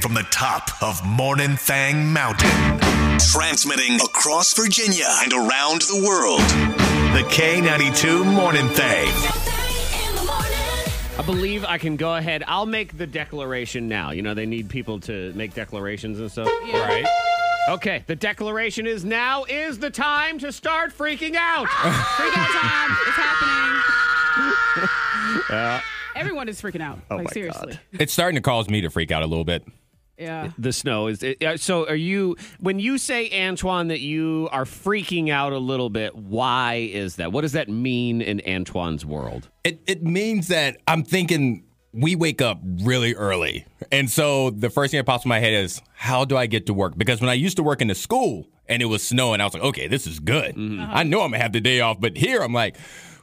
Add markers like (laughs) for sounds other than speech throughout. from the top of Morning Thang Mountain, transmitting across Virginia and around the world. The K92 Morning Thang. I believe I can go ahead. I'll make the declaration now. You know, they need people to make declarations and stuff. Right. Okay, the declaration is now is the time to start freaking out. Freak out time. It's happening. (laughs) Everyone is freaking out. like, my seriously. It's starting to cause me to freak out a little bit. Yeah. (laughs) the snow is it- uh, so are you when you say Antoine that you are freaking out a little bit, why is that? What does that mean in Antoine's world? It it means that I'm thinking we wake up really early. And so the first thing that pops in my head is how do I get to work? Because when I used to work in the school and it was snowing, I was like, okay, this is good. Mm-hmm. I know I'm gonna have the day off, but here I'm like,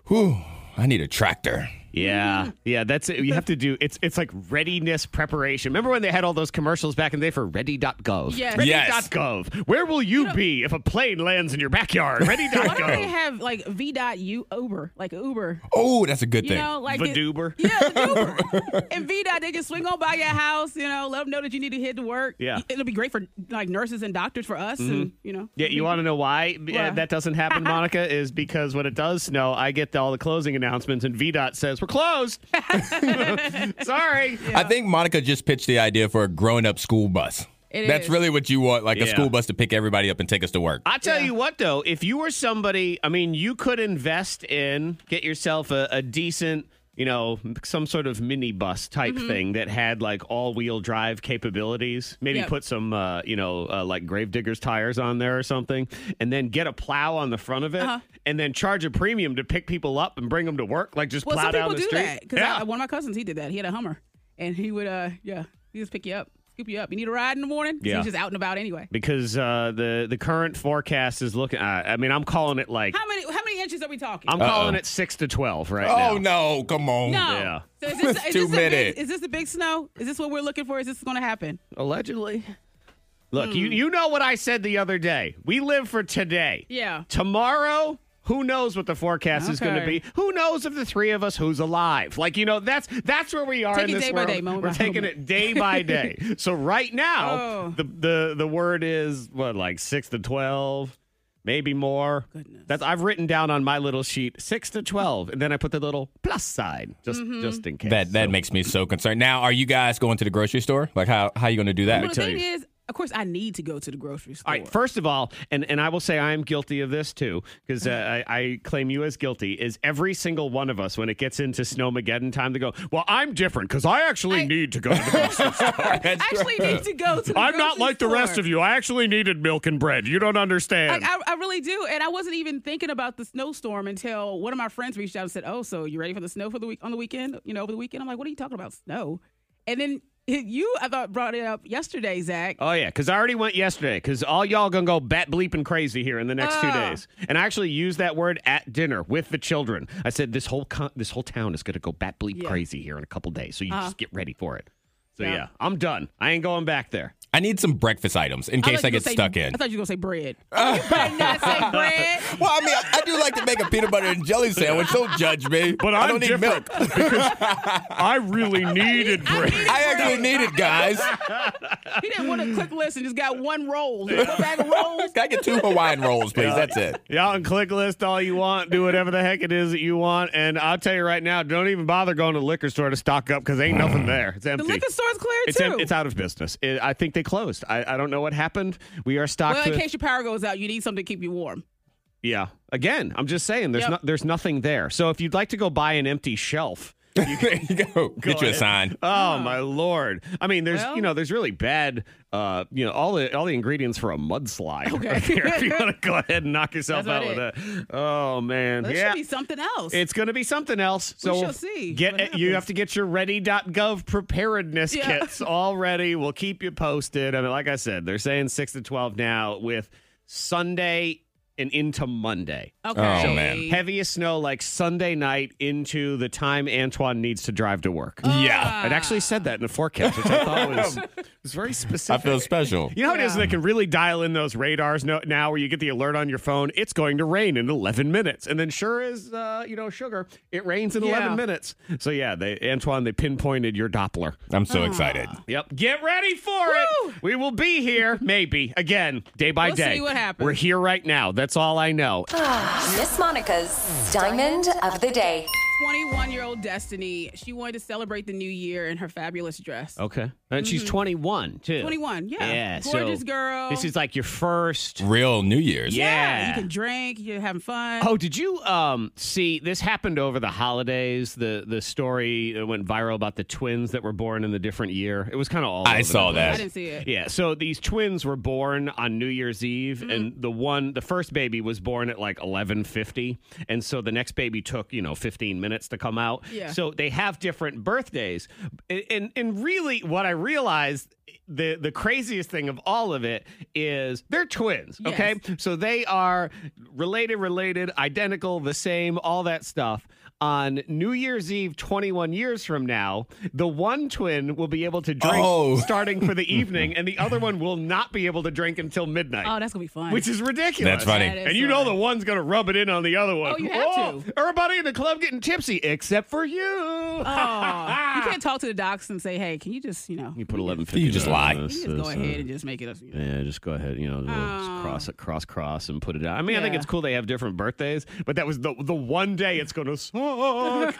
whew, I need a tractor. Yeah, Mm-hmm. yeah, that's it. You have to do it's it's like readiness preparation. Remember when they had all those commercials back in the day for ready.gov? Yes. Yes. Ready.gov. Where will you be if a plane lands in your (laughs) backyard? Why don't they Ready.gov. have like V.U Uber, like Uber? Oh, that's a good You thing. know, like it- Vaduber. (laughs) Yeah, Vaduber. and V.dot, they can swing on by your house, you know, let them know that you need to head to work. Yeah. Mm-hmm. It'll be great for like nurses and doctors for us, and you know. Yeah, you want to know why Why? uh, that doesn't (laughs) happen, Monica? Is because when it does snow, I get all the closing announcements, and VDOT says we're (laughs) closed. (laughs) Sorry. I think Monica just pitched the idea for a grown up school bus. It That's is. really what you want, like a Yeah. school bus to pick everybody up and take us to work. I tell you what, though, if you were somebody, I mean, you could invest in get yourself a, a decent. You know, some sort of mini bus type Mm-hmm. thing that had like all wheel drive capabilities. Maybe Yep. put some, uh, you know, uh, like Gravediggers tires on there or something, and then get a plow on the front of it, Uh-huh. and then charge a premium to pick people up and bring them to work. Like just Well, plow some down people the do street. that because one of my cousins he did that. He had a Hummer, and he would uh yeah he just pick you up, scoop you up. You need a ride in the morning. 'Cause Yeah. He's just out and about anyway. because uh, the the current forecast is looking. Uh, I mean, I'm calling it like How many how many inches are we talking? I'm calling it six to twelve right now. oh, no, come on. no. yeah. (laughs) So is this, It's is, too this a many. big, is this a big snow? Is this what we're looking for? Is this going to happen? Allegedly. Look, Hmm. you you know what I said the other day. We live for today. Yeah. Tomorrow. Who knows what the forecast is going to Okay. be? Who knows of the three of us who's alive? Like you know, that's that's where we are Take in it this day by world. day, moment We're by taking moment. it day (laughs) by day. so right now, Oh. the the the word is what like six to twelve, maybe more. Goodness. That's I've written down on my little sheet six to twelve, and then I put the little plus sign just Mm-hmm. just in case. That that So- makes me so concerned. Now, are you guys going to the grocery store? Like, how how you going to do that? Well, the tell thing you. is, of course, I need to go to the grocery store. All right. First of all, and, and I will say I am guilty of this too, because uh, I, I claim you as guilty. Is every single one of us when it gets into snowmageddon time to go? Well, I'm different because I actually I- need to go. To the (laughs) grocery store. (laughs) I actually need to go to. the I'm not grocery like the rest store. of you. I actually needed milk and bread. You don't understand. Like, I, I really do. And I wasn't even thinking about the snowstorm until one of my friends reached out and said, "Oh, so you ready for the snow for the week on the weekend? You know, over the weekend." I'm like, "What are you talking about, snow?" And then (laughs) you, I thought, brought it up yesterday, Zach. Oh yeah, because I already went yesterday. Because all y'all gonna go bat bleeping crazy here in the next two Ah. days, and I actually used that word at dinner with the children. I said this whole con- this whole town is gonna go bat bleep Yeah. Uh-huh. crazy here in a couple days, so you just get ready for it. So Yeah. yeah, I'm done. I ain't going back there. I need some breakfast items in case thought you I were get gonna stuck say, in. I thought you were gonna (laughs) say bread. you better not say bread. Well, I mean, I do like to make a peanut butter and jelly sandwich. Don't judge me. But I I'm don't need milk. different. I really (laughs) needed (laughs) bread. I actually need it, guys. He didn't want to click list and just got (laughs) one roll, one bag of rolls. Can I get two Hawaiian rolls, please? That's it. Y'all can click list all you want, do whatever the heck it is that you want, and I'll tell you right now, don't even bother going to the liquor store to stock up because ain't nothing there. It's The empty. liquor store's clear It's, too. em- it's out of business. It, I think they closed. I, I don't know what happened. We are stocked well, in with. case your power goes out, you need something to keep you warm. yeah. Again, I'm just saying there's Yep. no, there's nothing there. So if you'd like to go buy an empty shelf. there (laughs) you go. Get you a ahead. sign. Oh my lord! I mean, there's Well- you know there's really bad uh you know all the all the ingredients for a mudslide. Okay. are there. if you want (laughs) to go ahead and knock yourself That's out with about that. Oh man, There yeah, should be something else. it's going to be something else. So shall see what Get you happens. have to get your ready.gov preparedness Yeah. (laughs) kits all ready. We'll keep you posted. I mean, like I said, they're saying six to twelve now with Sunday and into Monday. Okay. Oh, man. Heaviest snow like Sunday night into the time Antoine needs to drive to work. Oh, yeah. It actually said that in the forecast, which I thought (laughs) was, was very I specific. feel special. you know how it is they can really dial in those radars no, now where you get the alert on your phone, it's going to rain in 11 minutes. And then sure as, uh, you know, sugar, it rains in Yeah. 11 minutes. So yeah, they Antoine, they pinpointed your Doppler. I'm so excited. Yep. Get ready for Woo! it. We will be here, maybe, again, day by We'll see day. what happens. Uh, We're here right now. That's all I know. Miss Monica's Diamond of the Day. 21 year old Destiny, she wanted to celebrate the new year in her fabulous dress. Okay. And she's 21, too. 21, mm-hmm. yeah. Yeah. so Gorgeous girl. This is like your first. Real New Year's. yeah. Yeah. You can drink, you're having fun. Oh, did you um, see this happened over the holidays? The the story that went viral about the twins that were born in the different year. It was kind of all. I over saw the place. that. I didn't see it. Yeah, so these twins were born on New Year's Eve, Mm-hmm. and the one, the first baby was born at like eleven fifty, and so the next baby took you know fifteen minutes to come out. Yeah. So they have different birthdays, and and, and really, what I realized. The, the craziest thing of all of it is they're twins, Yes. okay? So they are related, related, identical, the same, all that stuff. On New Year's Eve, 21 years from now, the one twin will be able to drink Oh. starting for the evening, and the other one will not be able to drink until midnight. Oh, that's going to be fun. which is ridiculous. That's funny. That is and you know fun. the one's going to rub it in on the other one. Oh, you have to. Everybody in the club getting tipsy except for you. Oh, (laughs) you can't talk to the docs and say, hey, can you just, you know, Ah. You put eleven fifty. You just lie. you just go ahead and just make it up. You know? uh, Yeah, just go ahead, you know, just Oh. cross it, cross, cross, and put it out. I mean, I think Yeah. it's cool they have different birthdays, but that was the the one day it's going to (laughs) suck.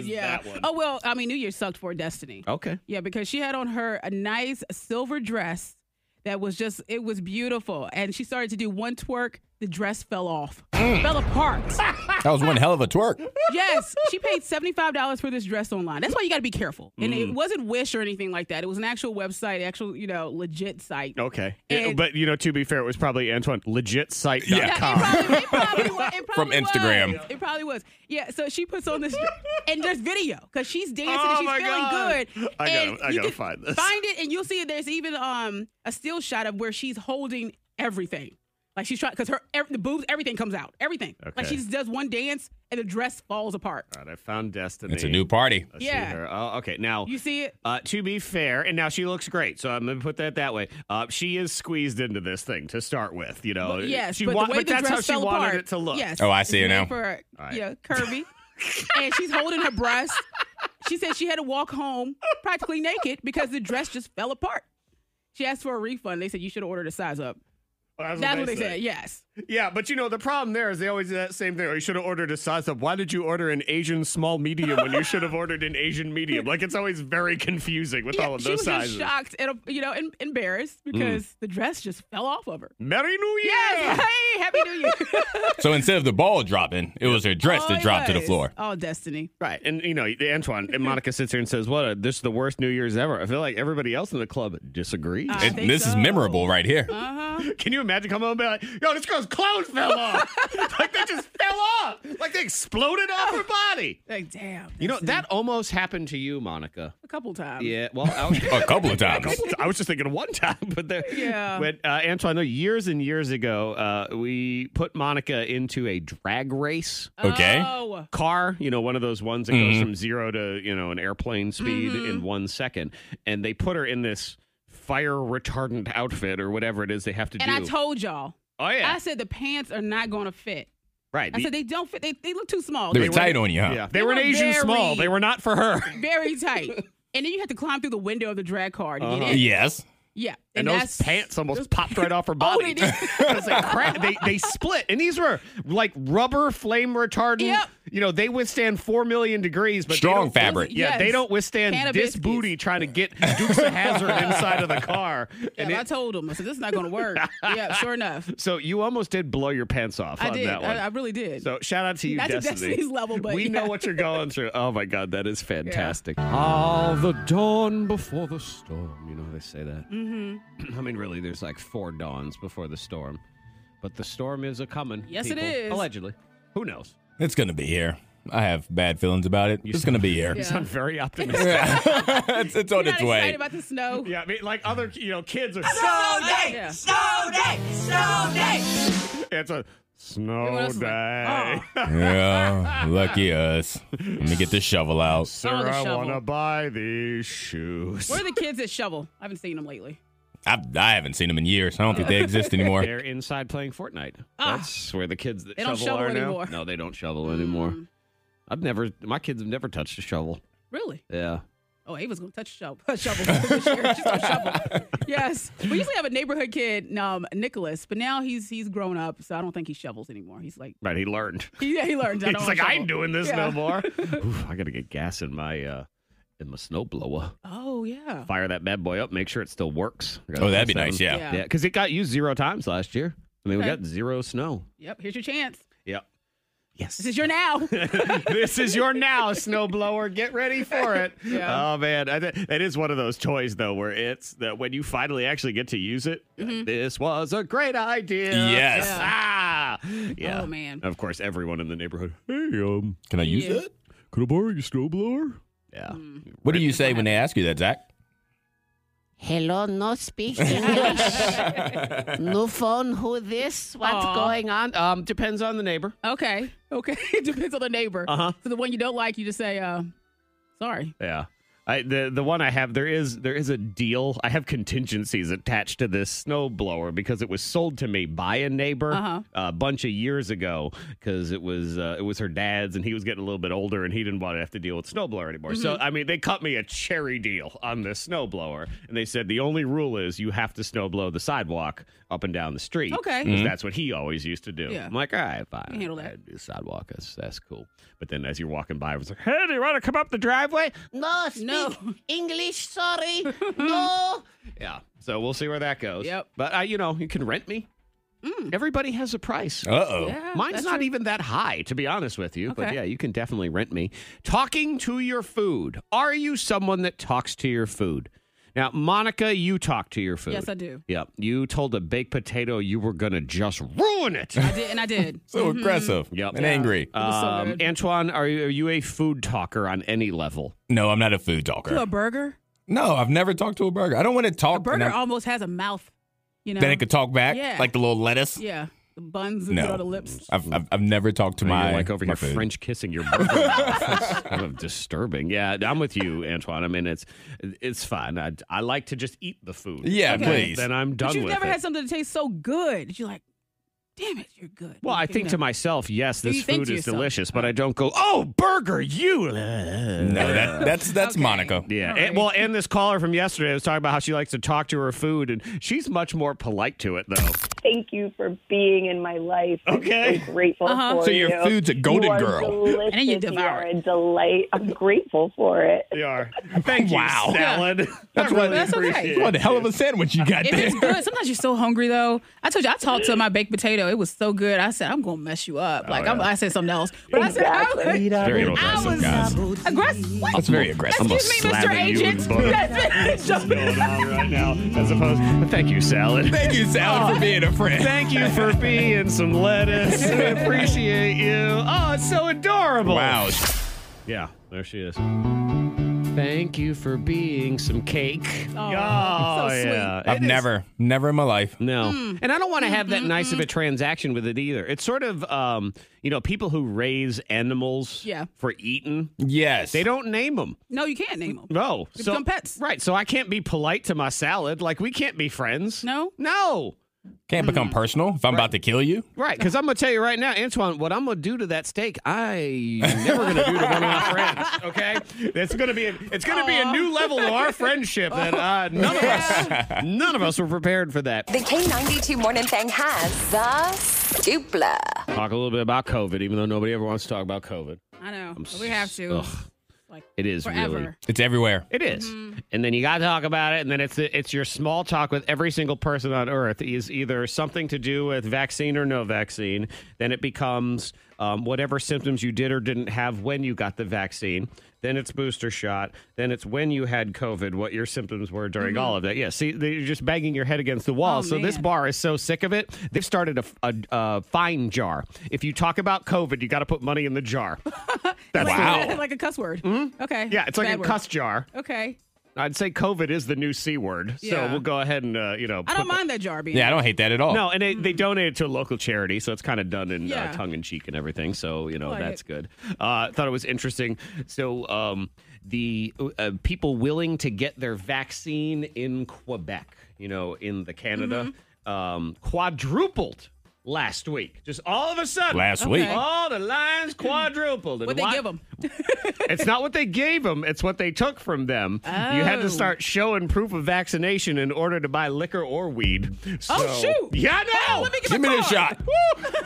is yeah. that one. Oh, well, I mean, New Year sucked for Destiny. Okay. Yeah, because she had on her a nice silver dress that was just it was beautiful, and she started to do one twerk. The dress fell off, fell apart. That was one hell of a twerk. yes, she paid seventy five dollars for this dress online. That's why you got to be careful. And it wasn't Wish or anything like that. It was an actual website, actual you know legit site. Okay. And- but, you know, to be fair, it was probably Antoine, legitsite.com. Yeah. Yeah, it probably, it probably wa- it From probably was. Instagram. It probably was. Yeah, so she puts on this, and there's video because she's dancing Oh and she's my feeling God. good. I gotta- And I you gotta can find this. Find it, and you'll see there's even um a still shot of where she's holding everything. Like she's trying, because her ev- the boobs, everything comes out, everything. Like Okay. she just does one dance, and the dress falls apart. All right, I found Destiny. It's a new party. I see Yeah. her. Oh, okay. Now, You see it? uh, to be fair, and now she looks great, so I'm gonna put that that way. Uh, she is squeezed into this thing to start with, you know. But yes, she but wa- the way the that's dress how she fell wanted apart, it to look. Yes. Oh, I it's see it made now. For right. yeah, (laughs) curvy, and she's holding her breast. She said she had to walk home practically naked because the dress just fell apart. She asked for a refund. They said you should have ordered a size up. Well, That's what they said. Yes. Yeah, but you know the problem there is they always do that same thing. Oh, you should have ordered a size up. Why did you order an Asian small medium (laughs) when you should have ordered an Asian medium? Like it's always very confusing with all Yeah, of she those was sizes. just shocked and you know and embarrassed Hmm. because the dress just fell off of her. Merry New Year! (laughs) Yes. Hey, happy New Year. So instead of (laughs) the ball dropping, it was her dress Oh, that it dropped to the was. floor. Oh, destiny. Right, and you know Antoine and Monica sits here and says, "What? A, this is the worst New Year's ever." I feel like everybody else in the club disagrees. I And think this is so. memorable right here. Can you imagine coming home and be like, yo, this girl's clothes fell off? (laughs) like they just fell off. Like they exploded off her body. Like damn. You know, Destiny. that almost happened to you, Monica. a couple times. Yeah. Well, I (laughs) was, A couple of times. I was just thinking of one time, but there. Yeah. But uh, Antoine, I know years and years ago, uh, we put Monica into a drag race Okay. Oh. car, you know, one of those ones that goes from zero to, you know, an airplane speed Mm-hmm. in one second. And they put her in this fire retardant outfit or whatever it is they have to And do. I told y'all. oh, yeah. I said the pants are not going to fit. right. I said they don't fit. They, they look too small. They They were tight on you, huh? Yeah, they, They were an were Asian very- small. They were not for her. were very tight. and then you had to climb through the window of the drag car to get in. Yes. Yeah. (laughs) Uh-huh. And, those pants almost popped right (laughs) off her Oh, body. they did. It was like crack. They, they split, and these were like rubber flame retardant. Yep. You know, they withstand four million degrees, but they Strong don't- fabric. Yeah, Yes. they don't withstand Can of this biscuits. booty (laughs) trying to get Dukes of Hazard inside of the (laughs) car. (laughs) Yeah, And I it, told them. I said this is not going (laughs) to work. yeah. Sure enough, so you almost did blow your pants off I on did. that one. I, I really did. so shout out to you, Not to Destiny. Destiny's level, but we yeah. know what you're going through. Oh my God, that is fantastic. Oh, the dawn before the storm. You know how they say that. (clears throat) Mm-hmm. I mean, really, there's like four dawns before the storm, but the storm is a coming. Yes, it is. Allegedly, who knows? It's going to be here. I have bad feelings about it. It's going to be here. (laughs) Yeah. I'm very optimistic. (laughs) (laughs) it's, it's on You're its not excited way. about the snow. (laughs) yeah, I mean, like other you know, kids are. Snow day. it's a Everyone Snow else is like, "Ah." day. Yeah, lucky us. Let me get this shovel (laughs) out. Sir, Oh, the I shovel. want to buy these shoes. Where are the kids that shovel? I haven't seen them lately. I, I haven't seen them in years. I don't think they (laughs) exist anymore. They're inside playing Fortnite. Ah. That's where the kids that They don't shovel, shovel are anymore. Mm. now. No, they don't shovel anymore. I've never, my kids have never touched a shovel. Really? Yeah. Oh, Ava's gonna touch shovel. (laughs) shovel. This year. She's gonna shovel. (laughs) Yes. We used to have a neighborhood kid, um, Nicholas, but now he's he's grown up, so I don't think he shovels anymore. He's like, Right. He learned. he, yeah, he learned. (laughs) I He's don't like, I ain't doing this Yeah. no (laughs) more. Oof, I got to get gas in my, uh, in my snowblower. Oh yeah. Fire that bad boy up. Make sure it still works. I gotta Oh, that'd be test that nice. one. Yeah. Yeah. Yeah. Because it got used zero times last year. I mean, Okay. we got zero snow. Yep. Here's your chance. Yep. Yes. This is your now. (laughs) this is your now, snowblower. Get ready for it. Yeah. Oh man, I th- that is one of those toys though, where it's that when you finally actually get to use it, this was a great idea. Yes. Yeah. Ah. Yeah. Oh, man. Of course, everyone in the neighborhood. Hey, um, Can I use Yeah. it? could I borrow your snowblower? Yeah. What do you say when they ask you that, Zach? Hello, no speak English. New phone, who this? What's Aw. going on? Um, depends on the neighbor. okay. Okay. (laughs) it depends on the neighbor. Uh-huh. So the one you don't like, you just say, uh, sorry. Yeah. I, the the one I have there is there is a deal. I have contingencies attached to this snowblower because it was sold to me by a neighbor Uh-huh. a bunch of years ago because it was uh, it was her dad's and he was getting a little bit older and he didn't want to have to deal with snowblower anymore. So Mm-hmm. I mean they cut me a cherry deal on this snowblower and they said the only rule is you have to snowblow the sidewalk up and down the street. Okay. 'Cause that's what he always used to do. Yeah. I'm like all right fine can handle that. I do sidewalk that's that's cool. But then as you're walking by, I was like hey do you want to come up the driveway? No speak No. English, sorry. no. Yeah. So we'll see where that goes. Yep. Mm. But uh, you know, you can rent me. Everybody has a price. Uh oh. Yeah, Mine's that's not true. even that high, to be honest with you. But Okay. yeah, you can definitely rent me. Talking to your food. Are you someone that talks to your food? Now, Monica, you talk to your food. Yes, I do. Yep. You told a baked potato you were going to just ruin (laughs) it. I (laughs) did, and I did. So aggressive Yep. and angry. It was so Um, good. Antoine, are you, are you a food talker on any level? No, I'm not a food talker. To a burger. No, I've never talked to a burger. I don't want to talk. A burger and I'm- almost has a mouth. You know. then it could talk back, Yeah. like the little lettuce. yeah. The buns and No, put on the lips. I've, I've I've never talked to Now my you're Oh, like over my here food. French kissing your (laughs) burger. It's kind of disturbing. Yeah, I'm with you, Antoine. I mean, it's it's fine. I, I like to just eat the food. Yeah, Okay. please. Then I'm done But you've with never it. had something that tastes so good. that You're like, damn it, you're good. well, I You think know. to myself, yes, Do this you think food to is yourself? delicious, but I don't go, oh, burger, you. no, that that's that's Okay. Monica. (laughs) Yeah. All And, right. well, and this caller from yesterday was talking about how she likes to talk to her food, and she's much more polite to it, though. thank you for being in my life. I'm Okay. so grateful Uh-huh. for So your you. food's a golden You are girl. Delicious. And then you devour are it. a delight. I'm grateful for it. They are. Thank Wow. you, salad. That's I what- really That's okay. appreciate it. What a hell of a sandwich you got If (laughs) there. it's good, sometimes you're so hungry though. I told you I talked to my baked potato. It was so good. I said I'm gonna mess you up. Like Oh, I'm, I said something else, but I said I Very was, I aggressive, was uh, guys. aggressive. What? That's very aggressive. I'm a Excuse me, Mr. slapping you Agent. (laughs) in butter. That's it. Jump in. going on right now, as opposed thank you, salad. (laughs) Thank you, Salad, for being a friend. Thank you for being some lettuce. We appreciate you. Oh, it's so adorable. Wow. Yeah, there she is. Thank you for being some cake. Oh, so sweet. yeah. I've It is- never, never in my life. No. Hmm. And I don't want to have that nice Mm-hmm. of a transaction with it either. It's sort of, um, you know, people who raise animals Yeah. for eating, Yes. they don't name them. No, you can't name them. No. They become pets. Right. So I can't be polite to my salad. Like, we can't be friends. No? No. Mm-hmm. Can't become personal if I'm about to kill you. Right, because I'm gonna tell you right now, Antoine, what I'm gonna do to that steak, I never gonna do to one of my friends. Okay, it's gonna be a, it's gonna be a new level of our friendship that (laughs) uh, none of us none of us were prepared for that. The K92 Morning Thing has the Stupla. Talk a little bit about COVID, even though nobody ever wants to talk about COVID. I know. But we have to. Ugh, Like it is forever. Mm-hmm. really It's everywhere. it is. and then you got to talk about it, and then it's it's your small talk with every single person on earth is either something to do with vaccine or no vaccine. Then it becomes um, whatever symptoms you did or didn't have when you got the vaccine. Then it's booster shot. Then it's when you had COVID, what your symptoms were during all of that. Yeah, see, they- you're just banging your head against the wall. Mm-hmm. Oh, so this man. bar is so sick of it, they've started a, a, a fine jar. If you talk about COVID, you got to put money in the (laughs) jar. That's Hmm? the Wow. rule. like a cuss word. Okay. Yeah, it's like Bad a word. cuss jar. Okay. I'd say COVID is the new C word. So Yeah. we'll go ahead and, uh, you know. I put don't mind that jar being. Yeah, I don't hate that at all. No, and they, they donated to a local charity, so it's kind of done in Yeah. uh, tongue in cheek and everything. So you know Like that's it. good. Uh, thought it was interesting. So um, the uh, people willing to get their vaccine in Quebec, you know, in the Canada, Mm-hmm. um, quadrupled last week. Just all of a sudden, Last Okay. week. all the lines quadrupled. And What they why- give them? it's not what they gave them, it's what they took from them. You had Oh. to start showing proof of vaccination in order to buy liquor or weed. Oh, So- shoot. Yeah, I know. Let me get Give my me the card. (laughs) shot.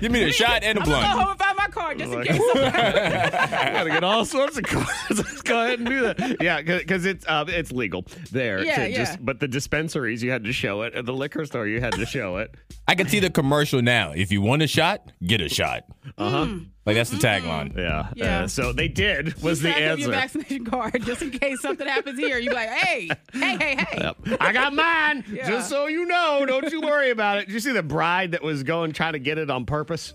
Give me the shot and a I'm gonna go blunt. home and find my card just in Like- case. I gotta get all sorts of (laughs) cards. Let's go ahead and do that. Yeah, because it's uh, it's legal there. Yeah, to yeah. Just, but the dispensaries you had to show it. At the liquor store you had to show it. I can see the commercial now. If you want a shot, get a shot. Uh-huh. Uh huh. Mm. Like that's the Mm-hmm. tagline. Yeah. uh, Yeah. so they did (laughs) was the Stack up Your answer. vaccination card just in case something happens here. You're like, hey, (laughs) hey, hey, hey. Yep. I got mine. (laughs) Yeah. Just so you know, don't you worry about it. Did you see the bride that was going trying to get it on purpose?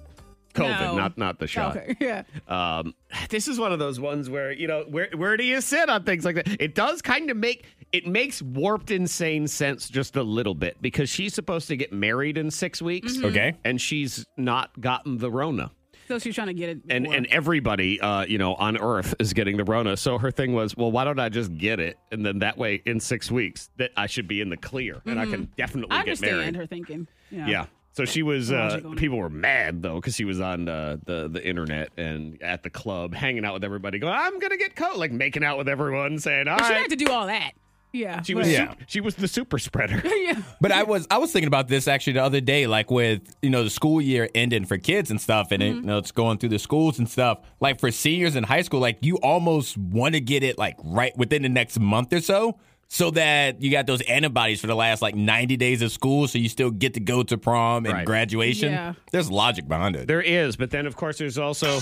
COVID, No. not not the shot. Okay, yeah. Um, (sighs) this is one of those ones where you know where where do you sit on things like that? It does kind of make it makes warped insane sense just a little bit because she's supposed to get married in six weeks, Mm-hmm. Okay. and she's not gotten the Rona. So she's trying to get it. And, before. and everybody, uh, you know, on Earth is getting the Rona. So her thing was, well, why don't I just get it, and then that way, in six weeks, that I should be in the clear, and I can definitely Mm-hmm. I get understand married. her thinking. Yeah. So she was. Uh, Logical. people were mad though because she was on uh, the the internet and at the club, hanging out with everybody, going, "I'm gonna get COVID," like making out with everyone, saying, "All But she right." had to do all that. Yeah. she was. but- Yeah. su- she was the super spreader. (laughs) yeah. But I was I was thinking about this actually the other day, like with you know the school year ending for kids and stuff, and Mm-hmm. it, you know it's going through the schools and stuff. Like for seniors in high school, like you almost want to get it like right within the next month or so, so that you got those antibodies for the last like ninety days of school, so you still get to go to prom and Right. graduation. Yeah. There's logic behind it. There is, but then of course there's also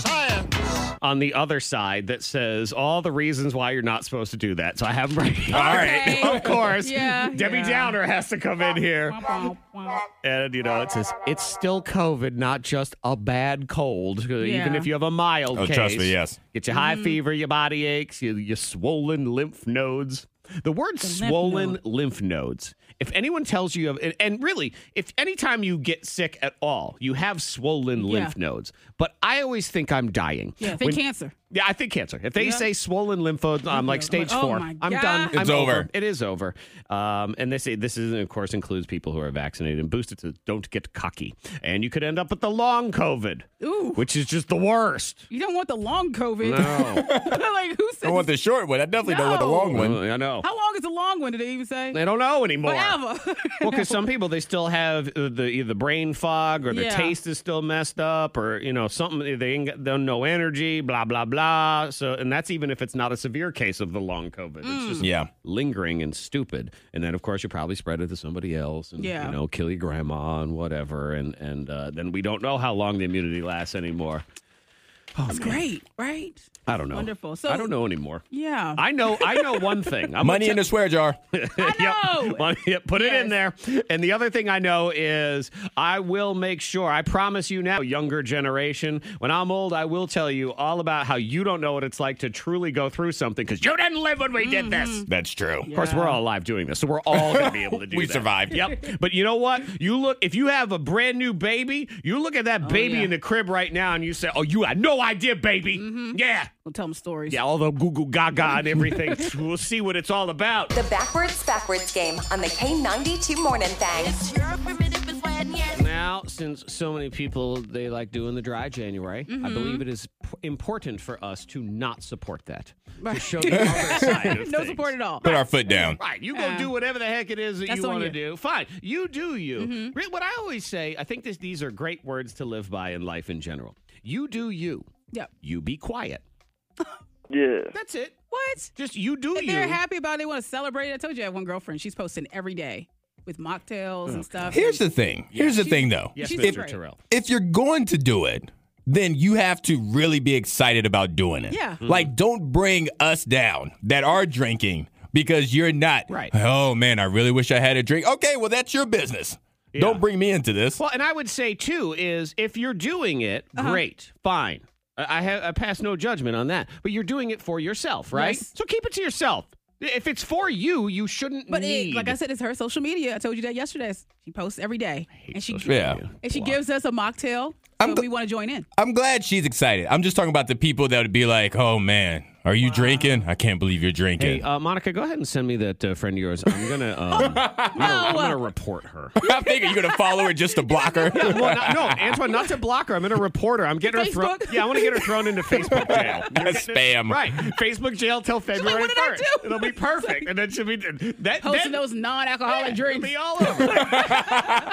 on the other side that says all the reasons why you're not supposed to do that. So I have (laughs) them right. All (laughs) right. of course. Yeah, Debbie yeah. Downer has to come in here, Womp, womp, and you know it says it's still COVID, not just a bad cold. Even Yeah. Mm. if you have a mild Oh, case, trust me, yes. get your high fever, your body aches, your, your swollen lymph nodes. The word lymph swollen node. lymph nodes. If anyone tells you, of, and, and really, if anytime you get sick at all, you have swollen lymph nodes. But I always think I'm dying. Yeah. Think When- cancer. yeah, I think cancer. If they Yeah. say swollen lympho, I'm like stage oh four. my I'm God. done. It's I'm over. It is over. Um, and they say this is, of course, includes people who are vaccinated and boosted. So don't get cocky, and you could end up with the long COVID, Ooh. which is just the (laughs) worst. You don't want the long COVID. No. (laughs) like who I says? don't want the short one. I definitely don't want the No. Mm. long one. I know. How long is the long one? Did they even say? They don't know anymore. Forever. Well, because some people they still have uh, the either brain fog or their Yeah. taste is still messed up or you know something they ain't got, they don't know energy blah blah blah. So and that's even if it's not a severe case of the long COVID. It's just Yeah. lingering and stupid. And then of course you probably spread it to somebody else and Yeah. you know kill your grandma and whatever. And and uh, then we don't know how long the immunity lasts anymore. (laughs) That's great, right? I don't know. Wonderful. So- I don't know anymore. Yeah. I know. I know one thing. I'm Money gonna in the (laughs) swear jar. I know. Yep. Well, yep, Put it in there. And the other thing I know is I will make sure, I promise you now, younger generation, when I'm old, I will tell you all about how you don't know what it's like to truly go through something because you didn't live when we did this. Mm-hmm. That's true. Of course, we're all alive doing this, so we're all going to be able to do We that. survived. Yep. But you know what? You look if you have a brand new baby, you look at that baby yeah. in the crib right now, and you say, "Oh, you had no idea, baby." Yeah, We'll tell them stories. yeah. All the Google Gaga and everything. we'll see what it's all about. The backwards, backwards game on the K92 Morning Thang. Now, since so many people they like doing the dry January, I believe it is p- important for us to not support that. To show the other side of (laughs) No things. support at all. Put our foot down. Right, you go do whatever the heck it is that that's you on want to you. Mm-hmm. do. Fine, you do you. Re- What I always say, I think this, these are great words to live by in life in general. You do you. Yep. You be quiet. Yeah. That's it. What? Just you do If you. they're happy about it, they want to celebrate. it. I told you I have one girlfriend. She's posting every day with mocktails Oh, and stuff. Here's the And- thing. Here's the thing, though. yes, She's Mr. right. Terrell. if you're going to do it, then you have to really be excited about doing it. Yeah. Mhm. Like, don't bring us down that are drinking because you're not. Right. Oh, man, I really wish I had a drink. Okay, well, that's your business. Don't bring me into this. Well, and I would say too is if you're doing it, Uh-huh. great, fine. I, I have I pass no judgment on that, but you're doing it for yourself, right? Yes. So keep it to yourself. If it's for you, you shouldn't But need. it, like I said, it's her social media. I told you that yesterday. She posts every day, and she Yeah. and she gives us a mocktail. I'm when gl- we want to join in. I'm glad she's excited. I'm just talking about the people that would be like, "Oh man, are you drinking? I can't believe you're Hey, (laughs) drinking." uh, Monica, go ahead and send me that uh, friend of yours. I'm gonna, (laughs) um, I'm, gonna I'm gonna report her. I'm thinking you're gonna follow her just to block her. Yeah, (laughs) (laughs) well, not, no, Antoine, not to block her. I'm gonna report her. I'm getting her thrown. Facebook? Yeah, I want to get her thrown into Facebook (laughs) jail. You're getting- Spam. right? Facebook jail till February what did I first. do? It'll be perfect, and then she'll be that. then, Posting those non-alcoholic yeah, drinks. It'll be all (laughs) over. all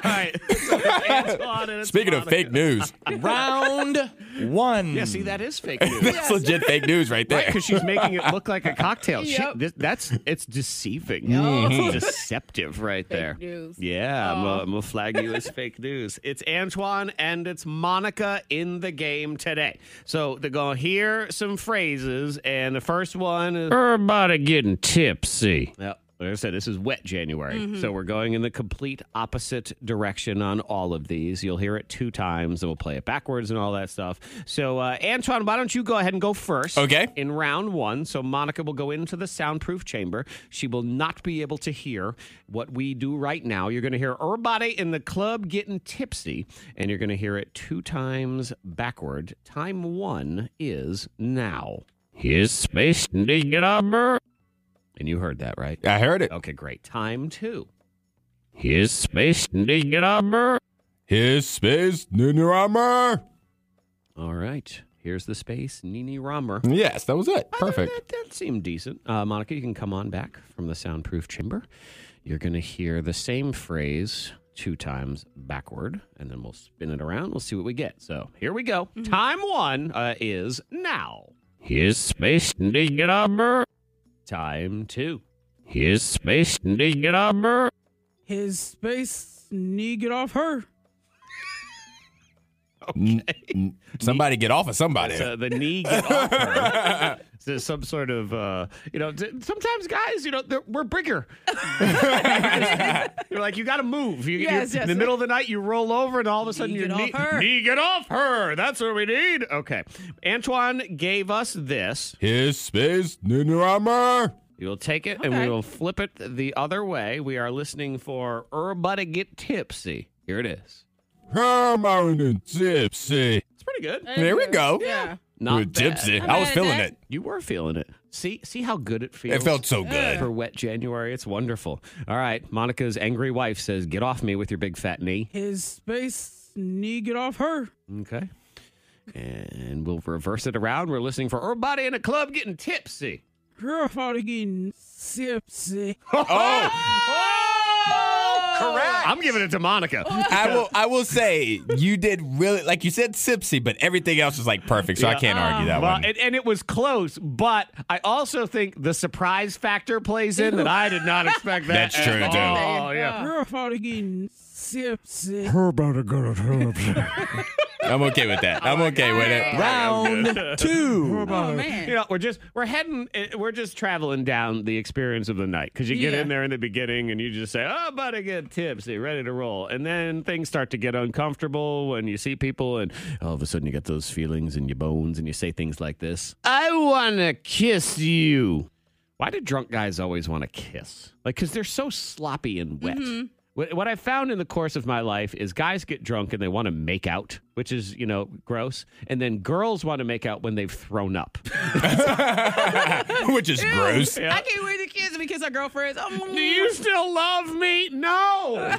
right. (laughs) So it's Antoine and it's Speaking of Monica. fake news, (laughs) round one. yeah. See, that is fake (laughs) news. that's legit fake news right there. Right, because she's making it look like a cocktail. She- Yep. this, that's it's deceiving. It's deceptive right there. news. Oh. Yeah, I'm gonna- I'm gonna flag (laughs) you as fake news. It's Antoine and it's Monica in the game today. So they're gonna hear some phrases, and the first one is everybody getting tipsy. Yep. Like I said, this is wet January. Mm-hmm. So we're going in the complete opposite direction on all of these. You'll hear it two times and we'll play it backwards and all that stuff. So, uh, Antoine, why don't you go ahead and go first? Okay. in round one. So Monica will go into the soundproof chamber. She will not be able to hear what we do right now. You're going to hear everybody in the club getting tipsy, and you're going to hear it two times backward. Time one is now. Here's space number. And you heard that, right? I heard it. Okay, great. Time two. Here's space number. His space Ninurama. All right. Here's the space, Nini Romer. Yes, that was it. I thought (laughs) Perfect. That, that seemed decent. Uh, Monica, you can come on back from the soundproof chamber. You're going to hear the same phrase two times backward, and then we'll spin it around. We'll see what we get. So here we go. Time one uh, is now. Here's space number. Time two. Here's space number. His space need get off her. N- Somebody get off of somebody. So the knee get off her. (laughs) So some sort of, uh, you know, t- sometimes guys, you know, they're- we're bigger. (laughs) you're like, you got to move. You, you're- Yes, yes. In the middle of the night, you roll over, and all of a sudden, Knee your get knee, off her. knee get off her. That's what we need. Okay. Antoine gave us this. His space Ninurama. We will take it and we Okay. will flip it the other way. We are listening for Everybody Get Tipsy. Here it is. Hermione Gypsy. It's pretty good. There we go. Yeah. Not With bad. Gypsy. I was bad, feeling eh? it. You were feeling it. See, see how good it feels. It felt so good. for wet January. It's wonderful. All right. Monica's angry wife says, Get off me with your big fat knee. His space need get off her. Okay. And we'll reverse it around. We're listening for everybody in a club getting tipsy. Her father getting sipsy. Oh! Oh! Correct. I'm giving it to Monica. I will. I will say you did really like you said sipsy, but everything else was like perfect. So I can't argue that Well, one. and, and it was close, but I also think the surprise factor plays in that I did not expect that. That's at true, too. all. Oh, yeah. Her father getting sipsy. Her about to go to I'm okay (laughs) with that. I'm okay with it. Round two. Oh man. you know, we're just we're heading eh, we're just traveling down the experience of the night because you get Yeah. in there in the beginning and you just say, "Oh, about to get tipsy, ready to roll," and then things start to get uncomfortable when you see people, and all of a sudden you get those feelings in your bones, and you say things like this: "I want to kiss you." Why do drunk guys always want to kiss? Like, because they're so sloppy and wet. What, what I've found in the course of my life is guys get drunk and they want to make out, which is, you know, gross. And then girls want to make out when they've thrown up. (laughs) Which is gross. I can't wait to kiss him because our girlfriends. Oh, Do you still love me? (laughs) No.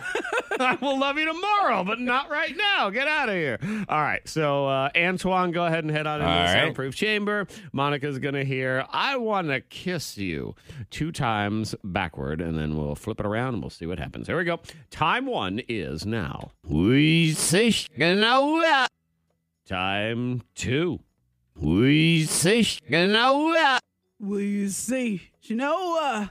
I will love you tomorrow, but not right now. Get out of here. All right. So, uh, Antoine, go ahead and head on into All the right. soundproof chamber. Monica's going to hear, I want to kiss you two times backward, and then we'll flip it around and we'll see what happens. Here we go. Time one is now. We say, uh." Time two. We say, Will you see? You know, uh,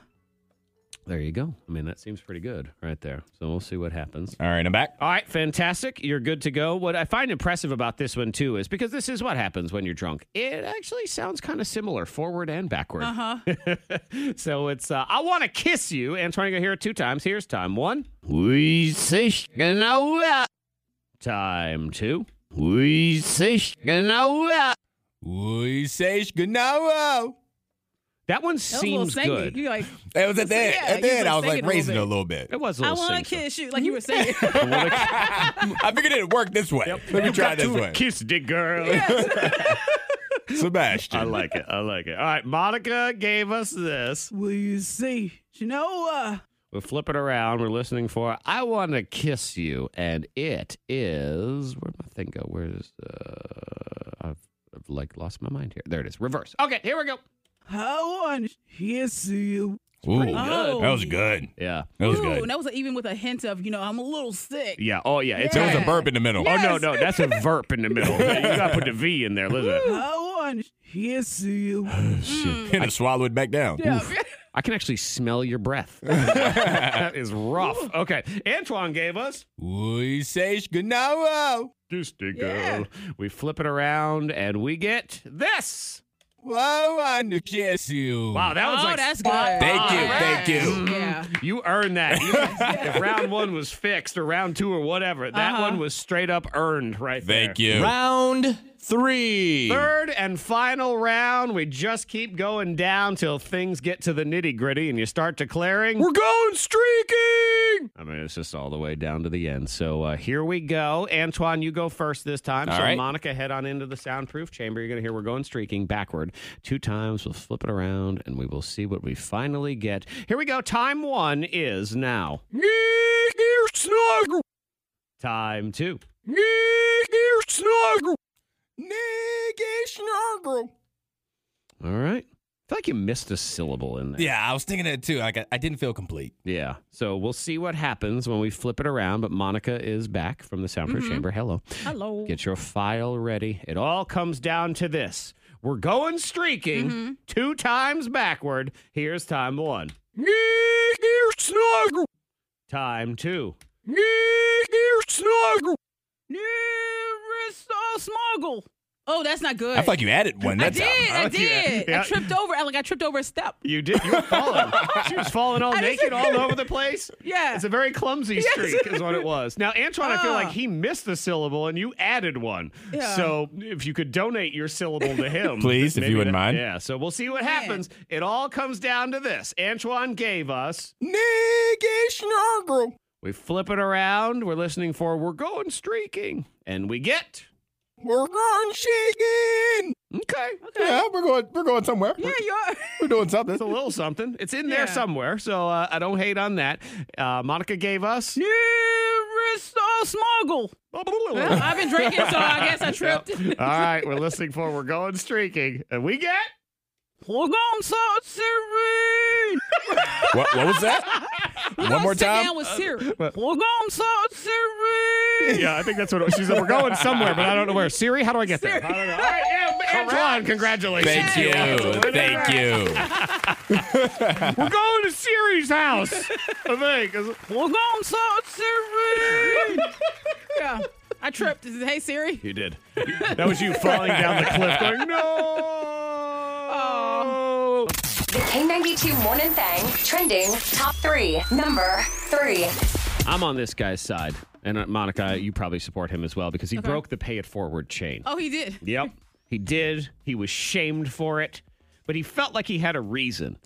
There you go. I mean, that seems pretty good right there. So, we'll see what happens. All right, I'm back. All right, fantastic. You're good to go. What I find impressive about this one too is because this is what happens when you're drunk. It actually sounds kind of similar, forward and backward. Uh-huh. Uh huh. (laughs) so it's uh, I want to kiss you, and trying to hear it two times. Here's time one. We say shkanoa. Time two. We say shkanoa. We say Shganawa. That one That was a little seems singy. good. You like It was at the end. Yeah, at the you end, were I was like singing a little raising it a bit. little bit. It was a I little want to sing-song. kiss you, like you were (laughs) saying. I (laughs) wanna I figured it'd work this way. Let me try this way. kiss the girl. (laughs) Sebastian. I like it. I like it. All right, Monica gave us this. Will you see? You know, uh, We're flipping around. We're listening for "I Want to Kiss You," and it is where'd my thing go? Where is uh, I've, I've like lost my mind here. There it is. Reverse. Okay, here we go. I want to kiss you. Ooh, good. that was good. Yeah. That was Oh. Ooh, good. and that was even with a hint of, you know, I'm a little sick. Yeah. Oh yeah. It's There was a Yeah. burp in the middle. Oh no no, that's a verp in the (laughs) middle. you gotta put the V in there. Listen, I want to kiss you. and it swallowed back down. Mm. Yeah. (laughs) I can actually smell your (laughs) breath. that is rough. Okay, Antoine gave us We say Shganawa. Deuce Girl. Yeah. We flip it around and we get this. I want to kiss you. Wow, that was Oh, like that's spot good. Thank you, on. thank you. Yeah. You earned that. (laughs) You- if round one was fixed or round two or whatever, that Uh-huh. one was straight up earned right there. Thank you. Round three. Third and final round. We just keep going down till things get to the nitty gritty and you start declaring. We're going streaking. I mean, it's just all the way down to the end. So uh, here we go. Antoine, you go first this time. All so, right. Monica, head on into the soundproof chamber. You're going to hear we're going streaking backward two times. We'll flip it around and we will see what we finally get. Here we go. Time one is now. Gear snuggle. Time two. Gear snuggle. Nigga snuggle. All right. I feel like you missed a syllable in there. Yeah, I was thinking that too. Like I, I didn't feel complete. Yeah. So we'll see what happens when we flip it around. But Monica is back from the soundproof chamber. Hello. Hello. Get your file ready. It all comes down to this. We're going streaking two times backward. Here's time one, Gear snuggle. time two, Gear snuggle. Nearest uh, smuggle. Oh, that's not good. I feel like you added one. I That's did. (laughs) I like you. did. Yeah. I tripped over. I, like I tripped over a step. You did. You were falling. she was falling all I just- naked all over the place. Yeah. It's a very clumsy Yes. streak, is what it was. Now, Antoine, I feel like Ah. he missed the syllable and you added one. Yeah. So if you could donate your syllable to him, (laughs) Please, if maybe you wouldn't that- mind. Yeah. So we'll see what happens. It all comes down to this. Antoine gave us. Nigga snuggle. We flip it around. We're listening for We're Going Streaking. And we get. We're going shaking. Okay. Yeah, we're going. We're going somewhere. Yeah, you are. (laughs) We're doing something. It's a little something. It's in there Yeah. somewhere. So uh, I don't hate on that. Uh, Monica gave us. (laughs) Nearest uh, smuggle. Well, I've been drinking, so I guess I tripped. All right, we're listening for We're Going Streaking. And we get. We're going so serene. what, what (laughs) was that? (laughs) One more Sit time. down with syrup. We're going so serene. Uh, Yeah, I think that's what it was. She said, We're going somewhere, but I don't know where. Siri, how do I get there? I don't know. All right, yeah, Antoine, congratulations. Thank you. Thank you. We're going to Siri's house, I think. We're going so serene. yeah, I tripped. Hey Siri. (laughs) You did. That was you falling down the cliff going, no. The K92 Morning Thang trending top three. Number three. I'm on this guy's side. And uh, Monica, you probably support him as well because he broke the pay it forward chain. Oh, he did. Yep. He did. He was shamed for it, but he felt like he had a reason.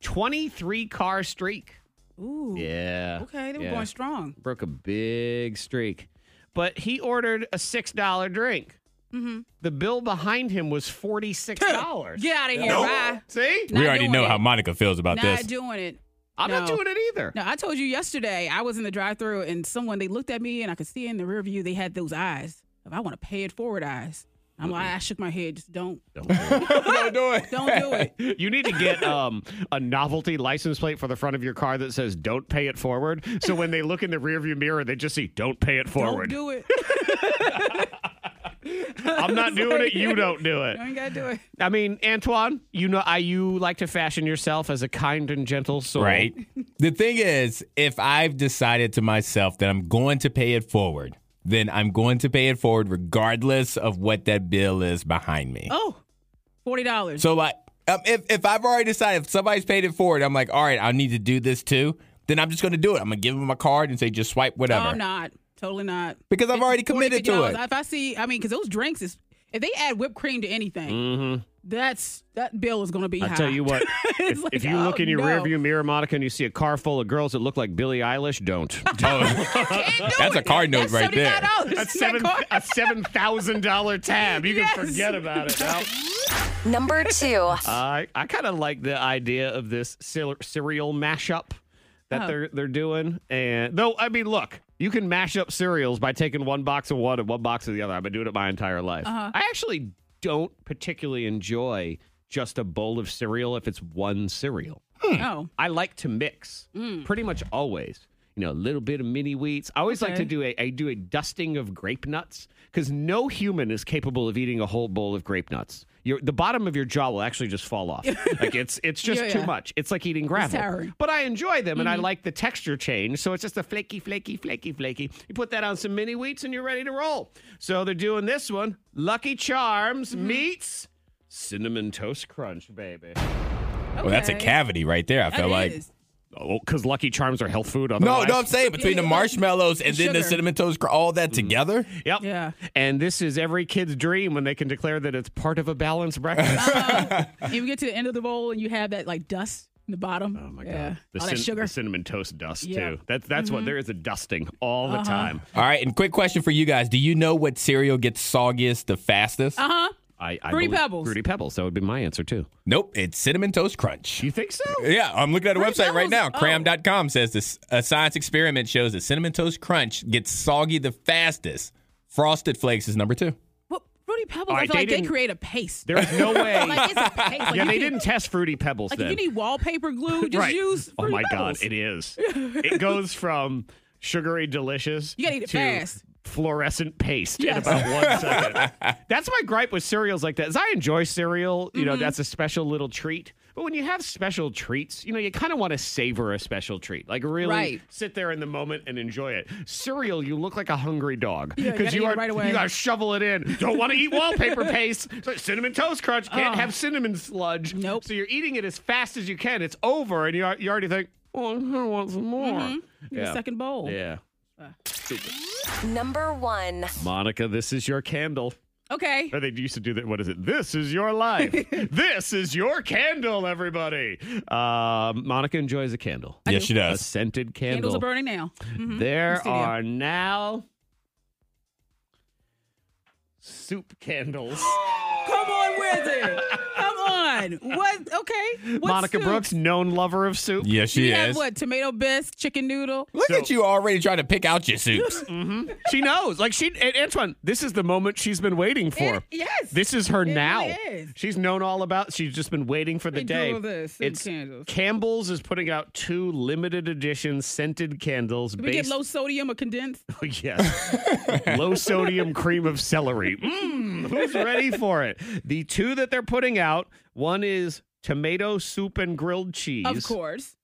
23 car streak. Ooh. Yeah. Okay, they were Yeah. going strong. Broke a big streak. But he ordered a $6 drink. Mm-hmm. The bill behind him was $46. Get out of here. Bye. See? We Not already doing know it. how Monica feels about Not (laughs) this. doing it. I'm not No. doing it either. No, I told you yesterday I was in the drive thru and someone they looked at me and I could see in the rear view they had those eyes. If I want to pay it forward eyes. I'm like, I shook my head, just (laughs) don't Don't do it. don't do it. You need to get um, a novelty license plate for the front of your car that says "Don't pay it forward." So when they look in the rearview mirror, they just see "Don't pay it Don't forward." do it. I'm (laughs) not doing it. You don't do it. You ain't gotta (laughs) do it. I mean, Antoine, you know, I you like to fashion yourself as a kind and gentle soul, Right. the thing is, if I've decided to myself that I'm going to pay it forward, then I'm going to pay it forward regardless of what that bill is behind me. Oh. Forty dollars. So, like, um, if, if I've already decided, if somebody's paid it forward, I'm like, all right, I need to do this too, then I'm just going to do it. I'm going to give them my card and say, just swipe Oh, no, whatever. I'm not. Totally not. Because I've already $40, committed to $50. it. If I see I mean, cause those drinks is If they add whipped cream to anything, Mm-hmm. that's that bill is going to be. I high. tell (laughs) (laughs) you what, if, It's like, if you look oh, in your no. rearview mirror, Monica, and you see a car full of girls that look like Billie Eilish, (laughs) don't. (laughs) Can't do That's a it. card note That's right there. $79. That's That seven card- (laughs) a seven thousand dollar tab. You Yes. can forget about it. Number (laughs) two. I I kind of like the idea of this cere- cereal mashup that they're they're doing. And though I mean, look, you can mash up cereals by taking one box of one and one box of the other. I've been doing it my entire life. I actually don't particularly enjoy just a bowl of cereal if it's one cereal. Oh, I like to mix pretty much always. You know, a little bit of mini wheats. I always like to Okay. do a I do a dusting of grape nuts because no human is capable of eating a whole bowl of grape nuts. Your, the bottom of your jaw will actually just fall (laughs) off. like it's it's just Yeah, Mm-hmm. too yeah. much. It's like eating gravel. tiring. But I enjoy them and I like the texture change. So it's just a flaky, flaky, flaky, flaky. You put that on some mini wheats and you're ready to roll. So they're doing this one. Lucky Charms Mm-hmm. meats cinnamon toast crunch, baby. Oh, Well, that's a Okay. cavity right there. I that feel like. is. Oh, because Lucky Charms are health food. No, Otherwise. no, I'm saying between the marshmallows and then the Sugar. cinnamon toast, cr- all that together. Yep. Yeah. And this is every kid's dream when they can declare that it's part of a balanced breakfast. (laughs) And you get to the end of the bowl and you have that like dust in the bottom. Oh my yeah. The, All cin- that sugar. the cinnamon toast dust Yeah. Mm-hmm. Uh-huh. too. That's that's what there is a dusting all the time. All right, and quick question for you guys: Do you know what cereal gets soggiest the fastest? Uh huh. I, I Fruity believe- Pebbles. Fruity pebbles. That would be my answer too. Nope, it's cinnamon toast crunch. You think (laughs) so? Yeah, I'm looking at a Fruit website right Pebbles? now. Oh. Cram.com says this: a science experiment shows that cinnamon toast crunch gets soggy the fastest. Frosted flakes is number two. Well, Fruity Pebbles, All I right, feel they like they didn't- create a paste. There is no way. (laughs) like it's a paste. (laughs) Like, yeah, you they can- didn't test fruity pebbles Like then. if you need (laughs) wallpaper glue, just right. use. oh Fruity my Pebbles. god, it (laughs) is. it goes from sugary delicious You gotta eat it to fast. fluorescent paste in Yes. about (laughs) one second. That's my gripe with cereals like that. Is I enjoy cereal, you Mm-hmm. know, that's a special little treat. But when you have special treats, you know, you kind of want to savor a special treat. Like really Right. sit there in the moment and enjoy it. Cereal, you look like a hungry dog Yeah, you because gotta you eat it are right away. you got to shovel it in. Don't want to eat (laughs) wallpaper paste. So cinnamon toast crunch can't have cinnamon sludge. Nope. So you're eating it as fast as you can. It's over, and you are, you already think, oh, I want some more. Your second bowl. Yeah. Number one. Monica, this is your candle. Okay. Or they used to do that. What is it? This is your (laughs) life. this is your candle, everybody. Uh, Monica enjoys a candle. yes, she A does. scented candle. Candles are (laughs) burning Mm-hmm. now. There studio. are now soup candles. Come on with it. Come on. What? Okay. What Monica soup? Brooks, known lover of soup. Yes, You she have is. what? Tomato bisque, chicken noodle. Look So- at you already trying to pick out your soups. She knows. Like she, and Antoine, this is the moment she's been waiting for. It- yes. This is her now. is. She's known all about. She's just been waiting for the They day. drew this, soup it's candles. Campbell's is putting out two limited edition scented candles we get based low sodium or condensed. Oh, (laughs) yes. Low sodium cream of celery. Mmm, who's ready for it? The two that they're putting out, one is tomato soup and grilled cheese. Of course.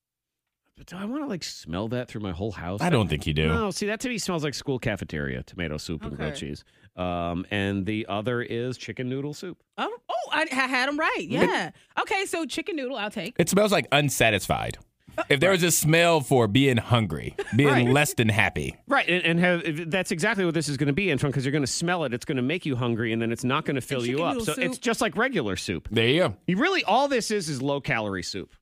But do I want to like smell that through my whole house? (laughs) I don't think you do. No, Oh, see that to me smells like school cafeteria, tomato soup and grilled Okay. cheese. Um, and the other is chicken noodle soup. Oh, oh I, I had them right. Yeah. Okay, so chicken noodle, I'll take. It smells like unsatisfied. Uh, If there was a smell for being hungry, being Right. less than happy. Right, and, and have, that's exactly what this is going to be, Antoine, because you're going to smell it. It's going to make you hungry, and then it's not going to fill you chicken up. noodle So soup. it's just like regular soup. There you go. You really all this is is low calorie soup.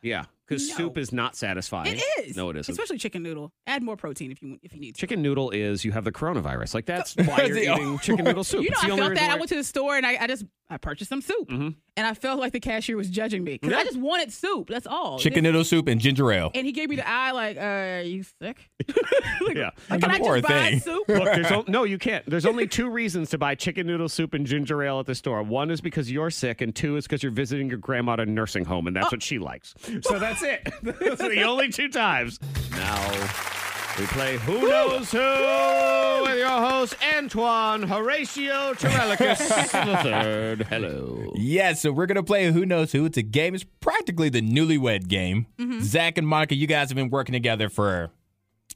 yeah, because soup is not satisfying. It is. No, it isn't. Especially chicken noodle. Add more protein if you want- if you need to. chicken noodle is you have the coronavirus. Like that's why (laughs) you're The- eating chicken noodle soup. You know, It's I the only felt reason that. I why- went to the store and I, I just I purchased some soup, Mm-hmm. and I felt like the cashier was judging me because I just wanted soup. That's all. Chicken This- noodle soup and ginger ale. And he gave me the eye like, uh, "Are you sick? (laughs) (laughs) Like, Yeah. Can I Poor just buy (laughs) thing. soup? Look, (laughs) there's o- no, you can't. There's only two reasons to buy chicken noodle soup and ginger ale at the store. One is because you're sick, and two is because you're visiting your grandma at a nursing home, and that's what she likes. So that's it. (laughs) Those are the only two times. Now we play Who Knows Who with your host Antoine Horatio (laughs) Terelicus the Third. Hello. Yes, so we're gonna play Who Knows Who. It's a game. It's practically the newlywed game. Zach and Monica, you guys have been working together for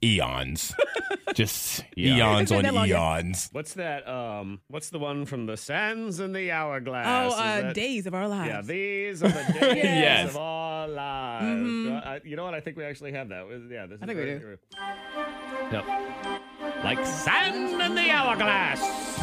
eons. Just Yeah. eons It's been that on long, yeah. eons. What's that? Um, what's the one from the sands and the hourglass? Is Oh, uh, that- days of our lives. Yeah, these are (laughs) the days Yes. of all lives. Mm-hmm. Uh, I- you know what? I think we actually have that. Yeah, this I think we do. Yep. Like sand in the hourglass.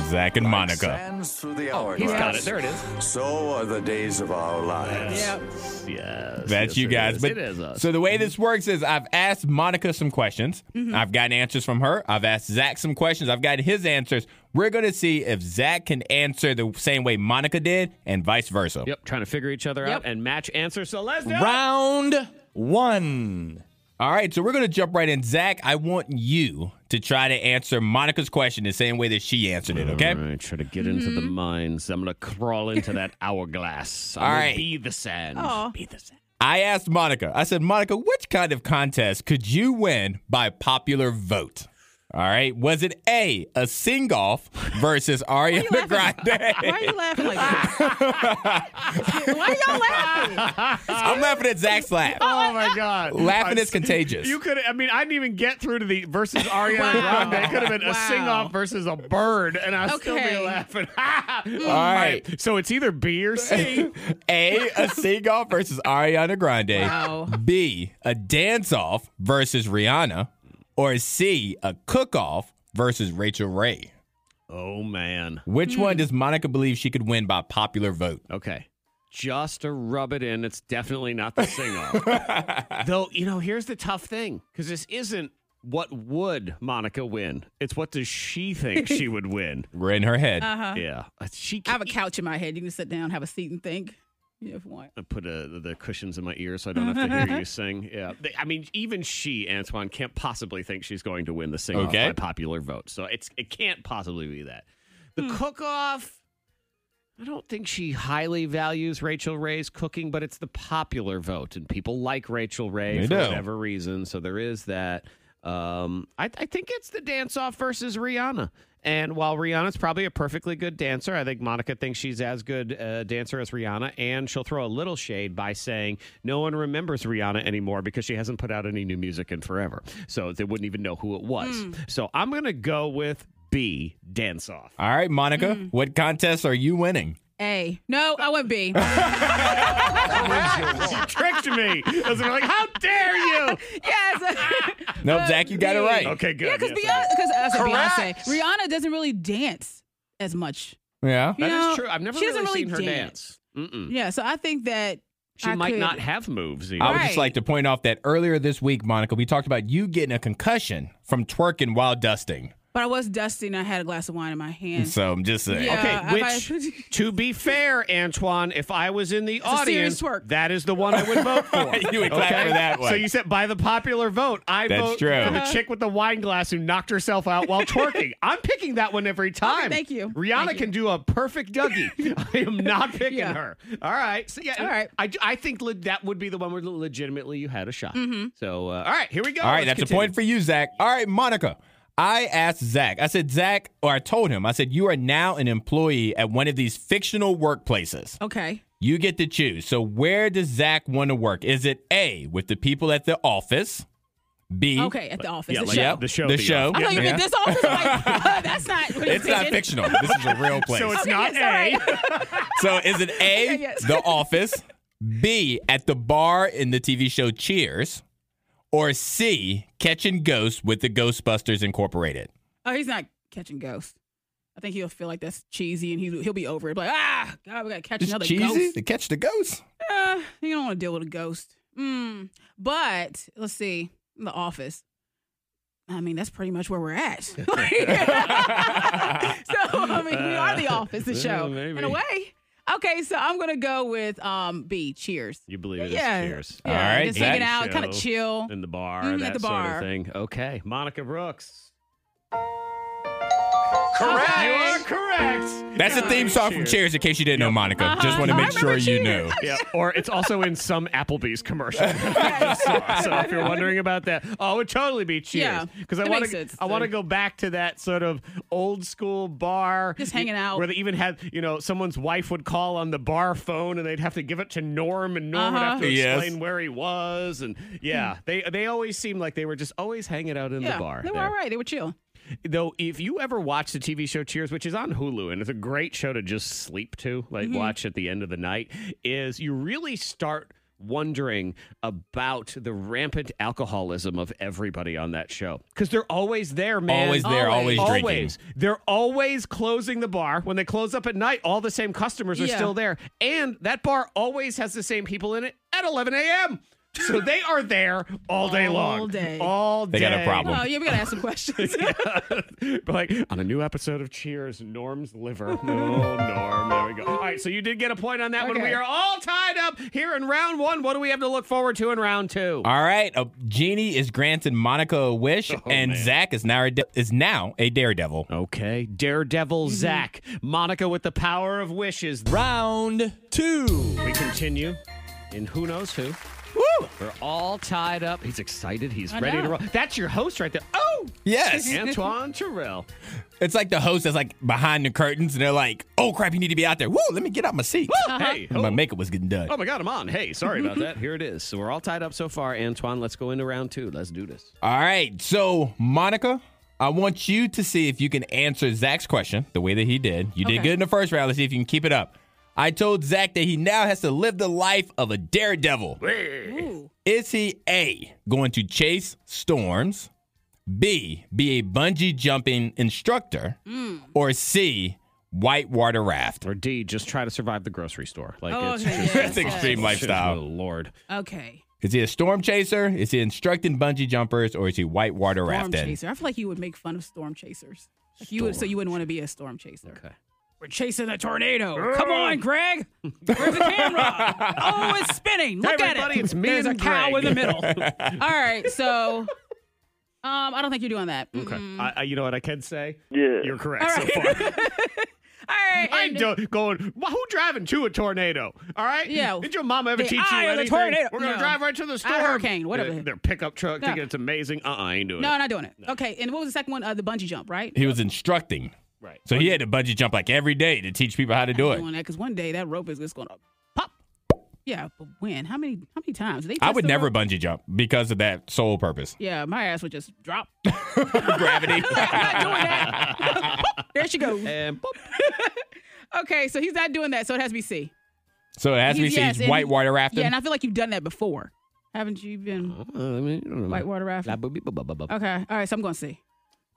Zach and Monica. Sands through the Oh, hourglass. He's got it. There it is. So are the days of our lives. Yep. Yes. yes, That's you it guys. is. But it is us. Mm-hmm. so the way this works is I've asked Monica some questions. I've gotten answers from her. I've asked Zach some questions. I've gotten his answers. We're gonna see if Zach can answer the same way Monica did and vice versa. yep. Trying to figure each other Yep. out and match answers. So let's do it. Round one. All right, so we're gonna jump right in. Zach, I want you to try to answer Monica's question the same way that she answered it, okay? All right, try to get into Mm-hmm. the mines. I'm gonna crawl into that (laughs) hourglass. I'm All gonna right. be the sand. Aw. Be the sand. I asked Monica, I said, Monica, which kind of contest could you win by popular vote? All right. Was it A, a sing off (laughs) versus Ariana Why are Grande? you laughing like that? (laughs) Why are y'all laughing? I'm laughing at Zach's laugh. Oh my god! Laughing is contagious. You could. I mean, I didn't even get through to the versus Ariana Wow. Grande. It could have been a Wow. sing-off versus a bird, and I'd still be Okay. laughing. (laughs) All right. So it's either B or (laughs) C. A, a sing off versus Ariana Grande. Wow. B, a dance off versus Rihanna. Or C, a cook off versus Rachel Ray. oh man. Which one does Monica believe she could win by popular vote? Okay. Just to rub it in, it's definitely not the sing off. (laughs) Though, you know, here's the tough thing because this isn't what would Monica win, it's what does she think she would (laughs) win. We're in her Uh, head. Yeah. Uh, She Uh-huh. I have a can't couch in my head. You can sit down, have a seat, and think. You know, if you want. put a, the cushions in my ear so I don't have to hear you sing. Yeah. They- I mean, even she, Antoine, can't possibly think she's going to win the sing off Okay. by popular vote. So it's it can't possibly be that. The cook off. I don't think she highly values Rachel Ray's cooking, but it's the popular vote, and people like Rachel Ray They for do. whatever reason. So there is that. Um, I, I think it's the dance off versus Rihanna. And while Rihanna's probably a perfectly good dancer, I think Monica thinks she's as good a dancer as Rihanna. And she'll throw a little shade by saying no one remembers Rihanna anymore because she hasn't put out any new music in forever. So they wouldn't even know who it was. Hmm. So I'm going to go with B, dance off. Oh. All right, Monica, what contest are you winning? A. No, I went B. (laughs) she (laughs) tricked me. I was like, how dare you? yes. (laughs) Nope, Uh, Zach, you got it B. right. Okay, good. yeah, because Yes, Beyonce, because I said Beyonce, Correct. Rihanna doesn't really dance as much. Yeah. (laughs) You That is know, true. I've never she really, doesn't really seen her dance. dance. Mm-mm. Yeah, so I think that She I might could- not have moves. Either. I would just Right. like to point off that earlier this week, Monica, we talked about you getting a concussion from twerking while dusting. But I was dusty and I had a glass of wine in my hand. So I'm just saying. Yeah. Okay, I which, might- to be fair, Antoine, if I was in the a serious audience, twerk. that is the one I would vote for. (laughs) You would clap for that one. So you said by the popular vote, I That's vote true. for Uh-huh. the chick with the wine glass who knocked herself out while (laughs) twerking. I'm picking that one every time. thank you. Rihanna Thank you. can do a perfect (laughs) Dougie. I am not picking Yeah. her. All right. So yeah. All right. I, I think le- that would be the one where legitimately you had a shot. Mm-hmm. So uh, all right, here we go. All right, Let's that's continue. a point for you, Zach. All right, Monica. I asked Zach, I said, Zach, or I told him, I said, you are now an employee at one of these fictional workplaces. (laughs) Okay. You get to choose. So where does Zach want to work? Is it A, with the people at the office? B, Okay, at the office. yeah, the like- show. the show, The The show. Office. I thought you Yeah. meant this office. (laughs) I'm Like, "Oh, that's not. what It's you not thinking. fictional. This is (laughs) a real place. So it's Okay, not yes, A. So is it A, Okay, yes. the office, B, at the bar in the TV show Cheers, or C, catching ghosts with the Ghostbusters Incorporated? Oh, he's not catching ghosts. I think he'll feel like that's cheesy and he'll, he'll be over it. Be Like, ah, God, we got to catch another ghost. to catch the ghosts. Uh, you don't want to deal with a ghost. Mm. But let's see, the office. I mean, that's pretty much where we're (laughs) at. (laughs) so, I mean, we are the office, the Uh, show, in maybe. a way. Okay, so I'm going to go with um, B, Cheers. (laughs) You believe it is Yeah. Cheers. All right, Just hanging Zach. out, kind of Show. chill. in the bar, Mhm, at that the sort of bar. thing. Okay, Monica Brooks. Correct. You are correct. That's the theme song from Cheers, in case you didn't know, Monica. Just want to Uh-huh. I make sure remember you knew. Cheers. Yeah, or it's also in some Applebee's (laughs) commercial. (laughs) Just saw. so if you're wondering about that, oh, it would totally be Yeah, Cheers. Because I that want makes to, sense. I want to go back to that sort of old school bar, Just hanging out. where they even had, you know, someone's wife would call on the bar phone and they'd have to give it to Norm, and Norm would have Uh-huh. to Yes. explain where he was, and yeah, they they always seemed like they were just always hanging out in Hmm. yeah, the bar. They were there. all right. They were chill. Though, if you ever watch the TV show Cheers, which is on Hulu, and it's a Mm-hmm. great show to just sleep to, like watch at the end of the night, is you really start wondering about the rampant alcoholism of everybody on that show because they're always there, man. Always there, always Always. drinking. Always. They're always closing the bar. When they close up at night, all the same customers are Yeah. still there. And that bar always has the same people in it at 11 a.m. So they are there all day All long. day. All day. They got a problem. Oh, yeah, we got to (laughs) ask some questions. But like on a new episode of Cheers, Norm's liver. No, Norm. There we go. All right, so you did get a point on that one. Okay. We are all tied up here in round one. What do we have to look forward to in round two? All right, uh, Jeannie is granted Monica a wish, Oh, and Zach is now a de- is now a daredevil. Okay, Daredevil Zach, Monica with the power of wishes. Round two. We continue in who knows who. Woo! We're all tied up. He's excited. He's I ready to know. roll. That's your host right there. Oh, Yes, (laughs) Antoine Terrell. it's like the host that's like behind the curtains, and they're like, "Oh crap, you need to be out there." Woo! Let me get out my seat. Hey, And my makeup was getting done. Oh my God, I'm on. Hey, sorry about that. Here it is. So we're all tied up so far. Antoine, let's go into round two. Let's do this. All right, so Monica, I want you to see if you can answer Zach's question the way that he did. You did Okay. good in the first round. Let's see if you can keep it up. I told Zach that he now has to live the life of a daredevil. Ooh. Is he A, going to chase storms, B, be a bungee jumping instructor, Mm. or C, whitewater raft? Or D, just try to survive the grocery store. Like Oh, it's okay, just yeah, That's extreme Oh, lifestyle. Lord. Okay. Is he a storm chaser? Is he instructing bungee jumpers, or is he whitewater Storm rafting? chaser. I feel like you would make fun of storm chasers. Like you would, so you wouldn't want to be a storm chaser. Okay. We're chasing a tornado. Come on, Greg. Where's the camera? (laughs) Oh, it's spinning. Look Hey, at everybody, it. it's me There's and a cow Greg. in the middle. (laughs) All right, so um, I don't think you're doing that. Okay. Mm-mm. I, I, you know what I can say? Yeah. You're correct All so right. far. All right. I and- ain't do- going, well, who driving to a tornado? All right? Yeah. Did your mama ever The teach you eye of the anything? tornado. We're going to No. drive right to the store. hurricane, whatever. Their, their pickup truck No. thinking it's amazing. Uh-uh, I ain't doing No, it. not doing it. Okay, and what was the second one? Uh, the bungee jump, right? He was instructing. Right. So he had to bungee jump like every day to teach people how to do it. Doing that because one day that rope is just going to pop. Yeah, but when? How many? How many times? Did they I test would the never rope? bungee jump because of that sole (laughs) purpose. Yeah, my ass would just drop. (laughs) Gravity. I'm not (laughs) doing that. there she goes. And boop. Okay, so he's not doing that, so it has to be C. so it has to be He's- yes, seen and- whitewater rafting. Yeah, and I feel like you've done that before. Haven't you been Uh, I mean, I don't know. whitewater La rafting? bu- bu- bu- bu- bu- Okay, all right, so I'm going to C.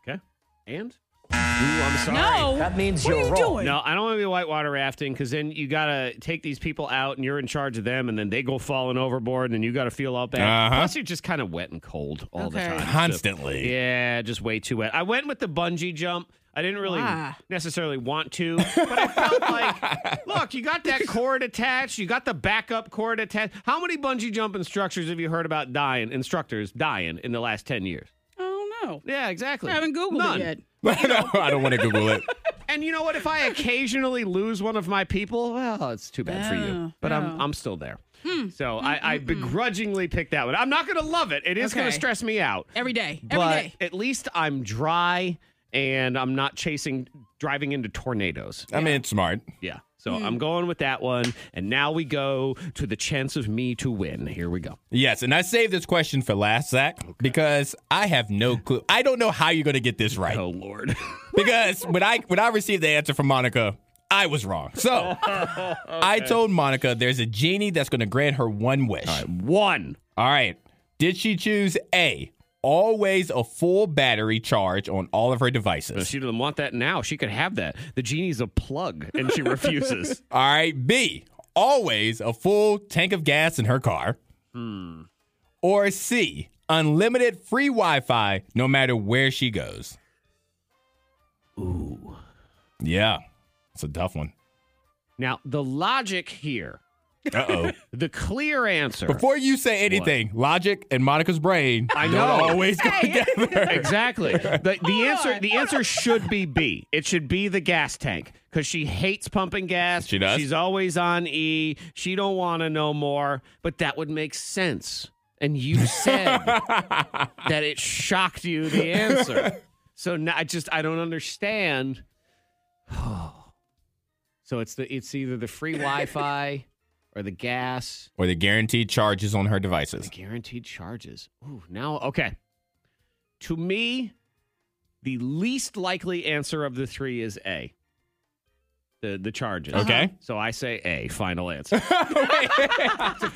Okay. And? Ooh, I'm sorry. No, that means what are you doing? No, I don't want to be whitewater rafting because then you got to take these people out and you're in charge of them and then they go falling overboard and then you got to feel all bad. Uh-huh. Plus, you're just kind of wet and cold all the Okay. time. So- Constantly. yeah, just way too wet. I went with the bungee jump. I didn't really Why? necessarily want to, but I felt like, look, you got that cord attached, you got the backup cord attached. How many bungee jump instructors have you heard about dying, instructors dying in the last 10 years? I don't know. Yeah, exactly. I haven't Googled None. it yet. no, (laughs) I don't want to Google it. And you know what? If (laughs) I occasionally lose one of my people, well, it's too bad for you. Oh, But I'm no. I'm still there. Hmm. So I, I begrudgingly picked that one. I'm not going to love it. It is going Okay. to stress me out. Every day, every but day. at least I'm dry and I'm not chasing driving into tornadoes. I mean, it's smart. Yeah. So Hmm. I'm going with that one. And now we go to the chance of me to win. Here we go. Yes, and I saved this question for last, Zach, because I have no clue. I don't know how you're going to get this right. Oh Lord. Because when I when I received the answer from Monica, I was wrong. So I told Monica there's a genie that's going to grant her one wish. (laughs) one. All right. Did she choose A? Always a full battery charge on all of her But devices. She doesn't want that now. She could have that. The genie's a plug and she (laughs) refuses. All right. B. Always a full tank of gas in her car. Hmm. Or C. Unlimited free Wi Fi no matter where she goes. Ooh. Yeah. It's a tough one. Now, the logic here, Uh oh. the clear answer. (laughs) Before you say anything, logic and Monica's brain I don't know. always go together. (laughs) exactly. The, the answer the answer should be B. It should be the gas tank cuz she hates pumping gas. She does? She's always on E. She don't want to know more, but that would make sense. And you (laughs) said that it shocked you the answer. So now I just I don't understand. (sighs) so it's the it's either the free Wi-Fi or the gas. or the guaranteed charges on her devices. The guaranteed charges. Ooh, now okay. To me, the least likely answer of the three is A. the, the charges. Uh-huh. Okay. So I say A, final (laughs) answer. Let's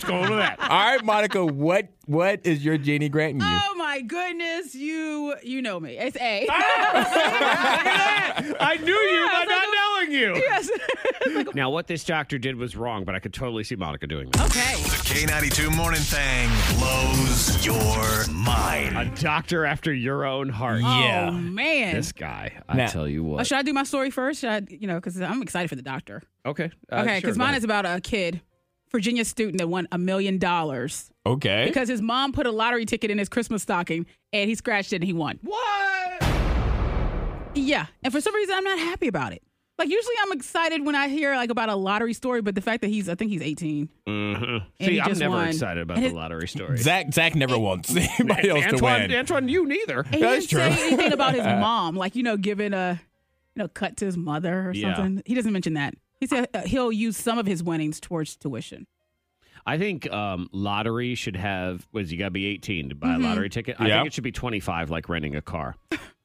go to that. All right, Monica, what what is your genie granting you? Oh my goodness, you you know me. It's A. Ah! I knew you by not knowing you. (laughs) (laughs) yes. Oh, Now, what this doctor did was wrong, but I could totally see Monica doing that. okay. The K92 Morning Thing blows your mind. A doctor after your own heart. Oh man. This guy, I Now- tell you Oh, what. should I do my story first? Should I, you know, because I'm excited for the doctor. okay. uh, Okay, sure, because go mine ahead. is about a kid, Virginia student that won a million dollars Okay. because his mom put a lottery ticket in his Christmas stocking and he scratched it and he won. What? Yeah, and for some reason I'm not happy about it. Like usually I'm excited when I hear like about a lottery story, but the fact that he's I think he's 18. And Mm-hmm. See, he I'm just never won. excited about And the it- lottery (laughs) story. Zach Zach never wants (laughs) anybody else Antoine, to win. Antoine, you neither. And That's he didn't true. say anything (laughs) about his mom, like you know, giving a you know cut to his mother or Yeah. something. He doesn't mention that. He said uh, he'll use some of his winnings towards tuition. I think um, lottery should have, was you got to be 18 to buy a lottery ticket. I Yeah. think it should be 25, like renting a car.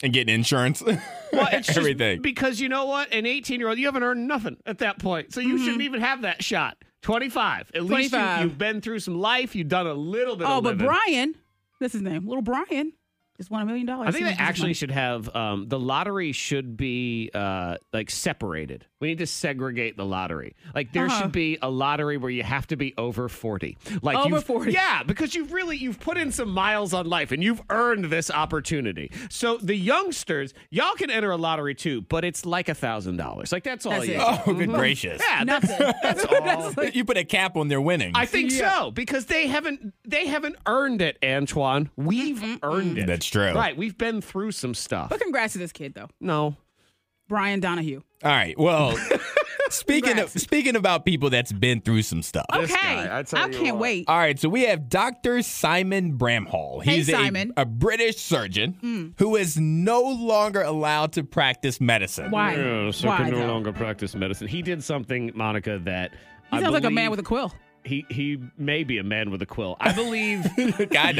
and getting insurance. (laughs) (laughs) Well, it's just Everything. because you know what? An 18 year old, you haven't earned nothing at that point. So you shouldn't even have that shot. 25. At least you, 25. you've been through some life. You've done a little bit Oh, of but living. Brian, that's his name, little Brian, just won a million dollars. I think He they wants his actually money. should have um, the lottery should be uh, like separated. We need to segregate the lottery. Like there Uh-huh. should be a lottery where you have to be over forty. Like Over you've- 40. Yeah, because you've really you've put in some miles on life and you've earned this opportunity. So the youngsters, y'all can enter a lottery too, but it's like a thousand dollars. Like that's all. That's you it. (laughs) oh, good gracious. Mm-hmm. Yeah, that's, that's all. You put a cap on their winning. I think so because they haven't they haven't earned it, Antoine. We've earned it. That's true. Right, we've been through some stuff. But congrats to this kid though, No. Brian Donahue. All (laughs) right. Well, speaking of, speaking about people that's been through some stuff. Okay, guy, I I, tell you can't what. wait. All right, so we have Dr. Simon Bramhall. Hey, He's a- Simon. A, British surgeon Hmm. who is no longer allowed to practice medicine. Why? Yeah, so Why? can no though? longer practice medicine. He did something, Monica, that He I sounds like a man believe- with a quill. He he may be a man with a quill. I (laughs) believe Kind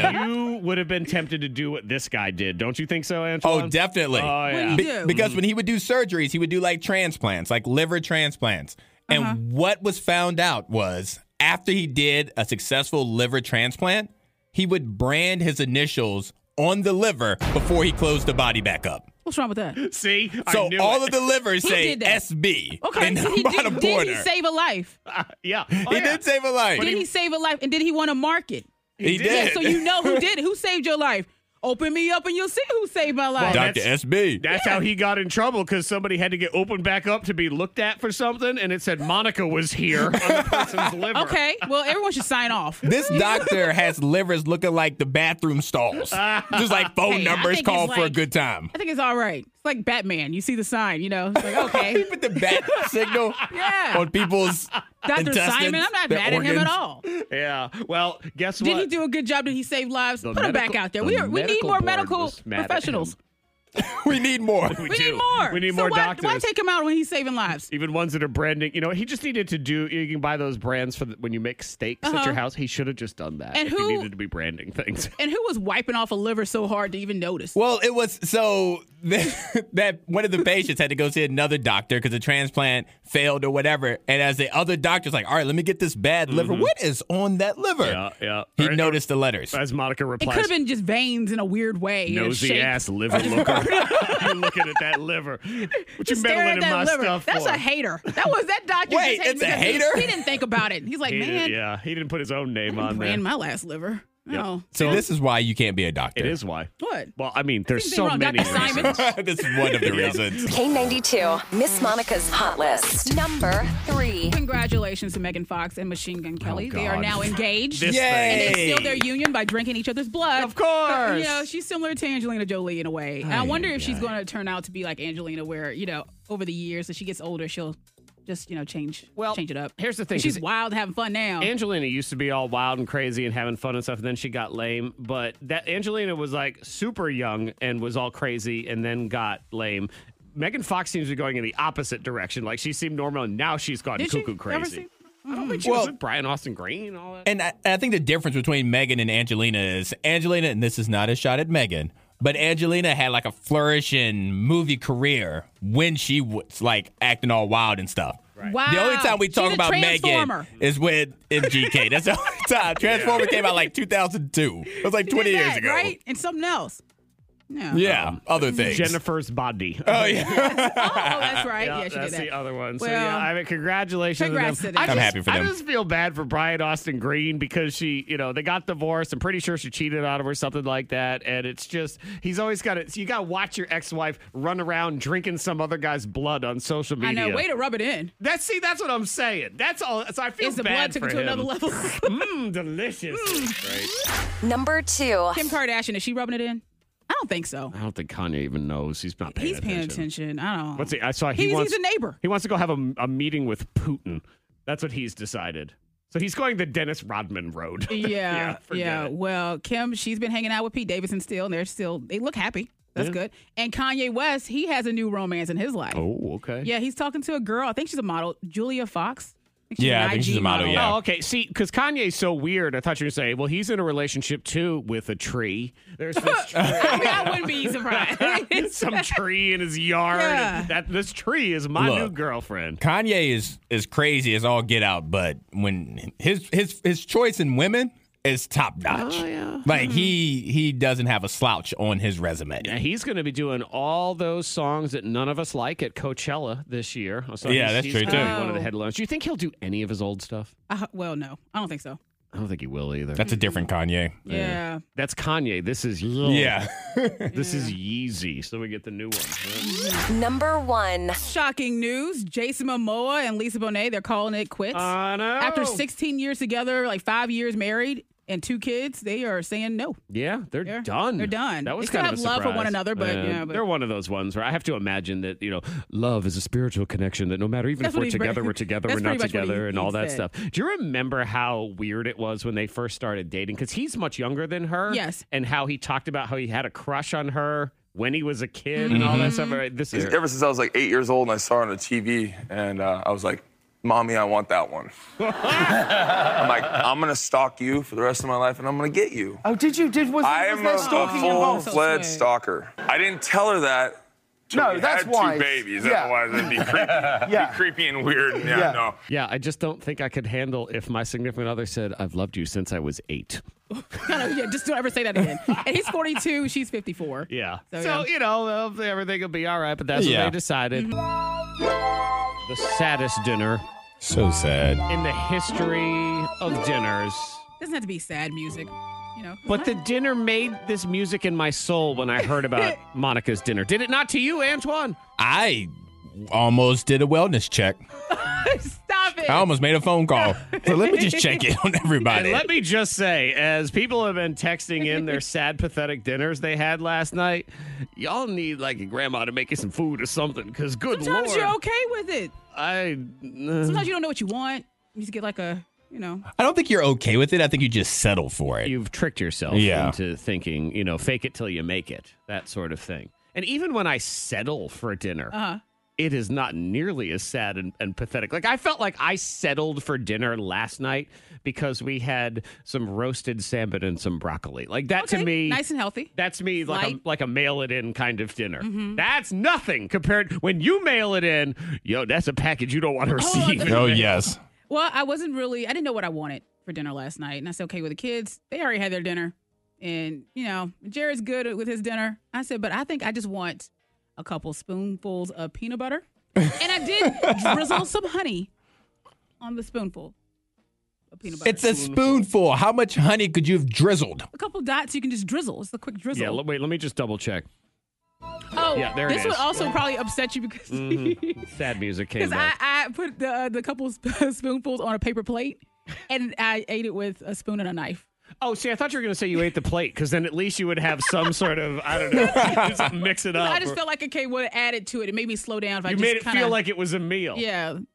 (laughs) of. you would have been tempted to do what this guy did. Don't you think so, Antoine? Oh, definitely. Oh yeah. What do you do? Because when he would do surgeries, he would do like transplants, like liver transplants. And Uh-huh. what was found out was after he did a successful liver transplant, he would brand his initials on the liver before he closed the body back up. What's wrong with that? See, So I knew all it. of the livers He say did that. SB Okay, in the so he bottom did, did corner. he save a life? yeah. Oh, He yeah. did save a life. Did he save a life? And did he want to mark it? He did. Yeah, so (laughs) you know who did it. Who saved your life? Open me up and you'll see who saved my life. Well, Dr. SB. That's how he got in trouble because somebody had to get opened back up to be looked at for something, and it said Monica was here on the (laughs) person's liver. okay, well, everyone should sign off. this doctor has livers looking like the (laughs) bathroom stalls. Just like phone Hey, I numbers think it's call for a like- good time. I think it's all right. It's like Batman. You see the sign, you know? It's like, He okay. put the bat signal (laughs) Yeah. on (laughs) people's Dr. intestines, Simon, I'm not their mad at him at organs. all. Yeah. Well, guess Did what? he do a good job? Did he save lives? The Put him back medical- out there. the We are, we need medical more board medical was mad at him. professionals. We need more. do. We need more. We need So more why, doctors. Why take him out when he's saving lives? even ones that are branding. You know, he just needed to do. You can buy those brands for the, when you make steaks at your house. He should have just done that. Uh-huh. And if he who- needed to be branding things. (laughs) And who was wiping off a liver so hard to even notice? Well, it was so (laughs) that one of the patients had to go see another doctor because the transplant failed or whatever. And as the other doctor's like, all right, let me get this bad liver. What is on that liver? Yeah, yeah. He Or- noticed the letters. As Monica It could replies, have been just veins in a weird way. in a nosy shape. ass liver (laughs) looker. (laughs) You're looking at that liver. What you Just staring meddling in at my that liver. stuff That's for? a hater. That was that doctor. Wait, just hated it's a because he- hater? He, didn't think about it. He's like, He man, didn't, yeah, he didn't put his own name on there. ran my last liver. Oh, so this is why you can't be a doctor. it is why. What? Well, I mean, there's Anything so wrong, many. Dr. Simon? reasons. (laughs) this is one of (laughs) the reasons. K92, Miss Monica's Hot List. Number three. Congratulations to Megan Fox and Machine Gun Kelly. they are Oh, God. now engaged. This And they thing. sealed their union by drinking each other's blood. Of course. So, you know, she's similar to Angelina Jolie in a way. And I wonder if she's going to turn out to be like Angelina, where, you know, over the years, as she gets older, she'll just, you know, change Well, change it up. here's the thing, She's 'cause- wild, having fun now. Angelina used to be all wild and crazy and having fun and stuff, and then she got lame. But that Angelina was like super young and was all crazy, and then got lame. Megan Fox seems to be going in the opposite direction. Like she seemed normal, and now she's gone Did she cuckoo ever crazy. see- I don't think she Well- was with Brian Austin Green and all that. And I, I think the difference between Megan and Angelina is Angelina, and this is not a shot at Megan, But Angelina had like a flourishing movie career when she was like acting all wild and stuff. Wow. The only time we talk She's a about Megan transformer. is with MGK. That's the only time. Transformer came out like 2002. It was like She did 20 years that, ago. right? And something else. No. (laughs) Yeah, other things. Jennifer's body. Oh yeah. Oh, that's right. Yeah, she that's did that. the other one. So Well, yeah, I mean, congratulations. to congrats them. to them. I I'm just- happy for I them. just feel bad for Brian Austin Green because she, you know, they got divorced. I'm pretty sure she cheated on him or something like that. And it's just he's always got it. So you got to watch your ex-wife run around drinking some other guy's blood on social I media. know. Way to rub it in. That's see, that's what I'm saying. That's all. So I feel Is the blood bad took it for to him. another (laughs) level? (laughs) Mm. Mmm, delicious. Number two. Kim Kardashian, is she rubbing it in? I don't think so. I don't think Kanye even knows. He's not paying He's paying attention. I don't. What's he? I saw he He's, wants. he's a neighbor. He wants to go have a, a meeting with Putin. That's what he's decided. So he's going the Dennis Rodman road. (laughs) Yeah, yeah. forget it. Well, Kim, she's been hanging out with Pete Davidson still, and they're still they look happy. That's good. And Kanye West, he has a new romance in his life. Oh, okay. Yeah, he's talking to a girl. I think she's a model, Julia Fox. I think she's Yeah, an I think IG she's a model, yeah. Oh, okay. See, because Kanye's so weird, I thought you were saying, well, he's in a relationship too with a tree. There's this (laughs) Oh. I tree. mean, I wouldn't be surprised. (laughs) (laughs) Some tree (laughs) in his yard. Yeah. That this tree is my new Look. girlfriend. Kanye is is crazy as all get out, but when his his his choice in women is top notch. Like he he doesn't have a slouch on his resume. Yeah, he's going to be doing all those songs that none of us like at Coachella this year. So Yeah, he's- that's he's true, gonna be too. One of the headlines. Do you think he'll do any of his old stuff? Uh, well, no, I don't think so. I don't think he will either. That's a different Kanye. Yeah. That's Kanye. This is Yeah. This is Yeezy. So we get the new one. Number one. Shocking news: Jason Momoa and Lisa Bonet—they're calling it quits. Oh. I know. After 16 years together, like five years married, and two kids, they are saying no. (laughs) yeah, they're, They're- done. they're done. That was They still kind of have a love for surprise. one another, but, Uh, you know, but- they're one of those ones where I have to imagine that you know, love is a spiritual connection that no matter even That's if what we're he's pre- together, we're together, we're that's not pretty much what together, he- and he all that said. stuff. Do you remember how weird it was when they first started dating? Because he's much younger than her. Yes. and how he talked about how he had a crush on her when he was a kid and all Mm-hmm. that stuff. Right? This is Ever since I was like eight years old and I saw her on the TV, and uh, I was like, Mommy, I want that one. I'm like, I'm gonna stalk you for the rest of my life and I'm gonna get you. Oh, did you? Did was, I was am a, there a stalking full involved? fledged So sweet. stalker. I didn't tell her that. till No, we that's had wise. two babies. Yeah. Otherwise, it'd be creepy, (laughs) Yeah. be creepy and weird. and Yeah, Yeah. no. Yeah, I just don't think I could handle if my significant other said, I've loved you since I was eight. No, no, yeah, just don't ever say that again. And he's 42, she's 54. Yeah. So, So, yeah. you know, hopefully everything will be all right, but that's Yeah. what they decided. Mm-hmm. The saddest dinner So sad. in the history of dinners. Doesn't have to be sad music, you know. But the dinner made this music in my soul when I heard (laughs) about Monica's dinner. Did it not to you, Antoine? I almost did a wellness check. Stop it. I almost made a phone call. So let me just check in on And everybody. let me just say, as people have been texting in (laughs) their sad, pathetic dinners they had last night, y'all need like a grandma to make you some food or something. Because good Sometimes lord, you're okay with it. I uh, Sometimes you don't know what you want. You just get like a, you know. I don't think you're okay with it. I think you just settle for (laughs) it. you've tricked yourself Yeah. into thinking, you know, fake it till you make it, that sort of thing. And even when I settle for dinner, Uh-huh. it is not nearly as sad and, and pathetic. Like I felt like I settled for dinner last night because we had some roasted salmon and some broccoli. Like that to Okay, me, nice and healthy. That's me like a, Light. like a mail it in kind of dinner. Mm-hmm. That's nothing compared when you mail it in. Yo, that's a package you don't want to receive. Oh yes. Well, I wasn't really, I didn't know what I wanted for dinner last night. And I said, okay, with the kids, they already had their dinner. And, you know, Jared's good with his dinner. I said, but I think I just want a couple spoonfuls of peanut butter. And I (laughs) did drizzle some honey on the spoonful of peanut butter. It's a spoonful. How much honey could you have drizzled? a couple dots you can just drizzle. It's a quick drizzle. (laughs) Yeah, l- wait, let me just double check. oh, yeah, Mm-hmm. there it this is. would also probably upset you because (laughs) Sad music came because back. I, I put the the couple sp- (laughs) spoonfuls on a paper plate and I ate it with a spoon and a knife. Oh, see, I thought you were going to say you ate the plate because then at least you would have some sort of, I don't know, (laughs) just mix it up. I just or- felt like okay, what added to it, it made me slow down. If I Uh, you just made it kinda, feel like it was a meal. yeah, and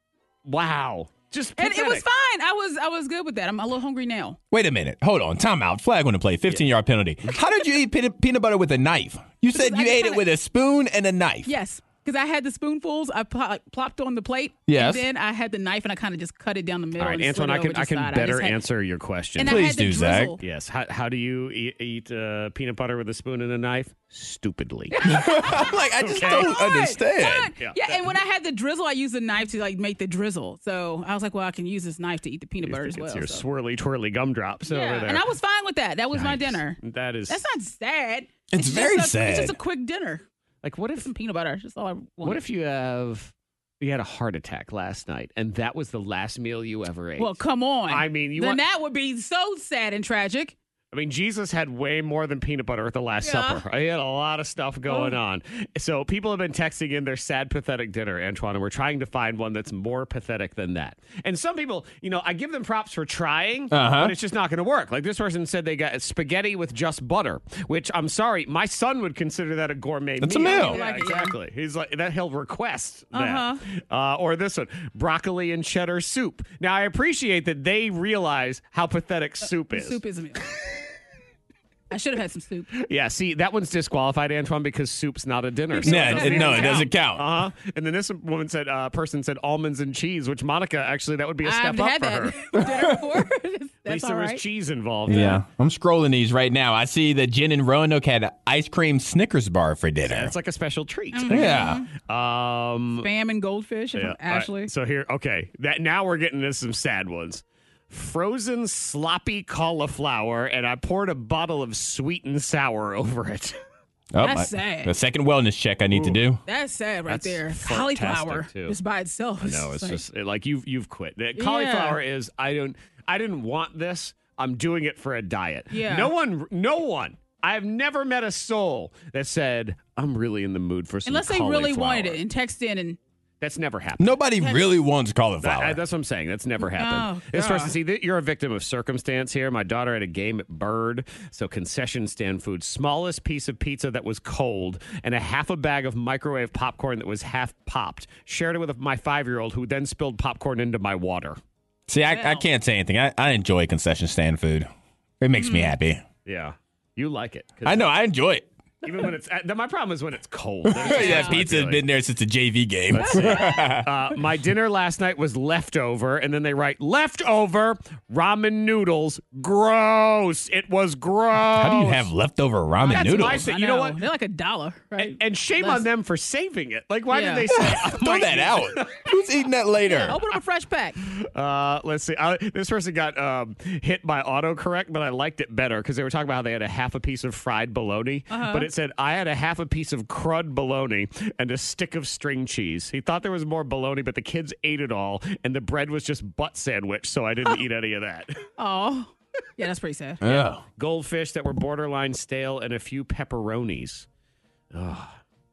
Wow. Just it was pathetic. fine. I was I was good with that. I'm a little hungry now. Wait a minute. Hold on. Timeout. Flag on the play. 15 yard penalty. How did you eat pe- peanut butter with a knife? You said I you just ate it kinda- (laughs) with a spoon and a knife. Yes, because I had the spoonfuls. I pl- plopped on the plate. Yes. And then I had the knife and I kind of just cut it down the middle. All right, and Antoine, slid it I over can to I can side. better just had- answer your question. And I Please had the do, Zach. drizzle. Yes. How, how do you eat, eat uh, peanut butter with a spoon and a knife? (laughs) Stupidly. I'm like, I just don't understand. Yeah. Yeah. and when I had the drizzle, I used the knife to like make the drizzle. So I was like, well, I can use this knife to eat the peanut butter as It's well. your so- swirly twirly gumdrops over Yeah, there. and I was fine with that. That was my dinner. that is That's not sad. It's just very a- sad. It's just a quick dinner. Like, what if some peanut butter? That's all I want. What if you have you had a heart attack last night and that was the last meal you ever ate? Well, come on. I mean, you then want- that would be so sad and tragic. I mean, Jesus had way more than peanut butter at the Last Yeah. Supper. He had a lot of stuff going Oh. on. So people have been texting in their sad, pathetic dinner, Antoine, and we're trying to find one that's more pathetic than that. And some people, you know, I give them props for trying, Uh-huh. but it's just not going to work. Like this person said they got spaghetti with just butter, which I'm sorry, my son would consider that a gourmet That's a meal. meal. Yeah, Like, yeah. exactly. He's like, that he'll request that. Uh-huh. Uh, or this one, broccoli and cheddar soup. Now, I appreciate that they realize how pathetic soup is. Soup is (laughs) a meal. I should have had some soup. Yeah, see, that one's disqualified, Antoine, because soup's not a dinner. (laughs) Yeah, it- no, it doesn't count. Uh huh. And then this woman said, uh, person said almonds and cheese, which Monica actually that would be a step I've up had for (laughs) that her. dinner (laughs) before. At That's least all there right. was cheese involved. Yeah, I'm scrolling these right now. I see that Jen and Roanoke had an ice cream Snickers bar for dinner. It's like a special treat. Mm, Yeah. Um, Spam and goldfish. yeah, all right. Ashley. So here, okay, that now we're getting into some sad ones. Frozen sloppy cauliflower, and I poured a bottle of sweet and sour (laughs) over it. That's I- sad. Oh, The second wellness check I need to do. That's sad right That's there. fantastic, Cauliflower too. just by itself. (laughs) I know it's like- just it- like you've you've quit. The cauliflower is I don't I didn't want this. I'm doing it for a diet. Yeah. No one no one. I've never met a soul that said I'm really in the mood for some unless they really wanted cauliflower." it and text in and That's never happened. Nobody really wants That- cauliflower. that's what I'm saying. That's never happened. Oh, this person, God. see, that you're a victim of circumstance here. My daughter had a game at Bird, so concession stand food, smallest piece of pizza that was cold, and a half a bag of microwave popcorn that was half popped. Shared it with my five year old, who then spilled popcorn into my water. See, I, I can't say anything. I, I enjoy concession stand food. It makes me happy. Yeah, you like it. 'cause I know. I enjoy it. Even when it's uh, my problem is when it's (laughs) cold. That's- Yeah, that's my pizza's feeling. been there since the JV game. Let's see. Uh, my dinner last night was leftover, and then they write leftover ramen noodles. Gross! It was gross. How do you have leftover ramen That's noodles? my thing. You know what? They're like a dollar, right? And shame on them for saving it. Like, why Yeah. did they (laughs) say? Throw that out. Who's eating that later? Open up a fresh (laughs) pack. Uh, let's see. I, this person got um, hit by autocorrect, but I liked it better because they were talking about how they had a half a piece of fried bologna, Uh-huh. but it said I had a half a piece of crud bologna and a stick of string cheese. He thought there was more bologna, but the kids ate it all, and the bread was just butt sandwich, so I didn't eat any of that. Oh, yeah, that's pretty sad. Yeah. Goldfish that were borderline stale and a few pepperonis. Ugh.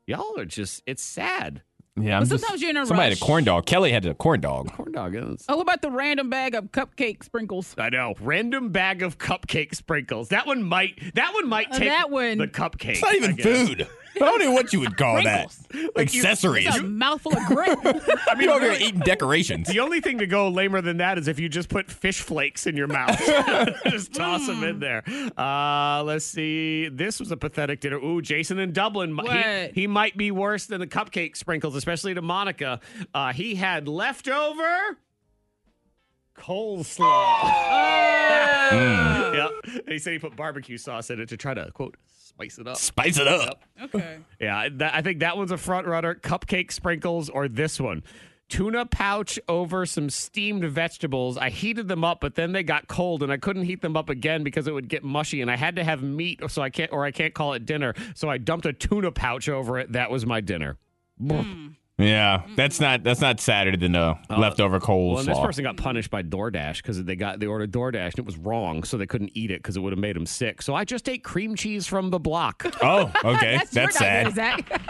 Y'all are just—it's sad. Yeah. But sometimes you're in a somebody rush. had a corn dog. Kelly had a corn dog. Corn dog is. Oh, what about the random bag of cupcake sprinkles? I know. Random bag of cupcake sprinkles. That one might. That one might Uh, take that one- the cupcake. It's not even I guess. food. I don't know what you would call that. Like you- Accessories. It's a mouthful (laughs) of (laughs) grape. I mean, You're over here really, eating decorations. the only thing to go lamer than that is if you just put fish flakes in your (laughs) mouth. (laughs) just toss them in there. Uh, let's see. This was a pathetic dinner. Ooh, Jason in Dublin. mi- What? He, he might be worse than the cupcake sprinkles, especially to Monica. Uh, he had leftover (laughs) coleslaw. Mm. yep. And he said he put barbecue sauce in it to try to quote spice it up. Spice it up. okay. Yeah, I- that, I think that one's a front runner. Cupcake sprinkles or this one. Tuna pouch over some steamed vegetables. I heated them up, but then they got cold and I couldn't heat them up again because it would get mushy and I had to have meat so I can't or I can't call it dinner. So I dumped a tuna pouch over it. That was my dinner. Yeah. That's not that's not sadder than the leftover coleslaw. Uh, Well, and this person got punished by DoorDash because they got they ordered DoorDash and it was wrong, so they couldn't eat it because it would have made them sick. So I just ate cream cheese from the block. oh, (laughs) Eh, okay. That's, that's your sad. idea, Zach.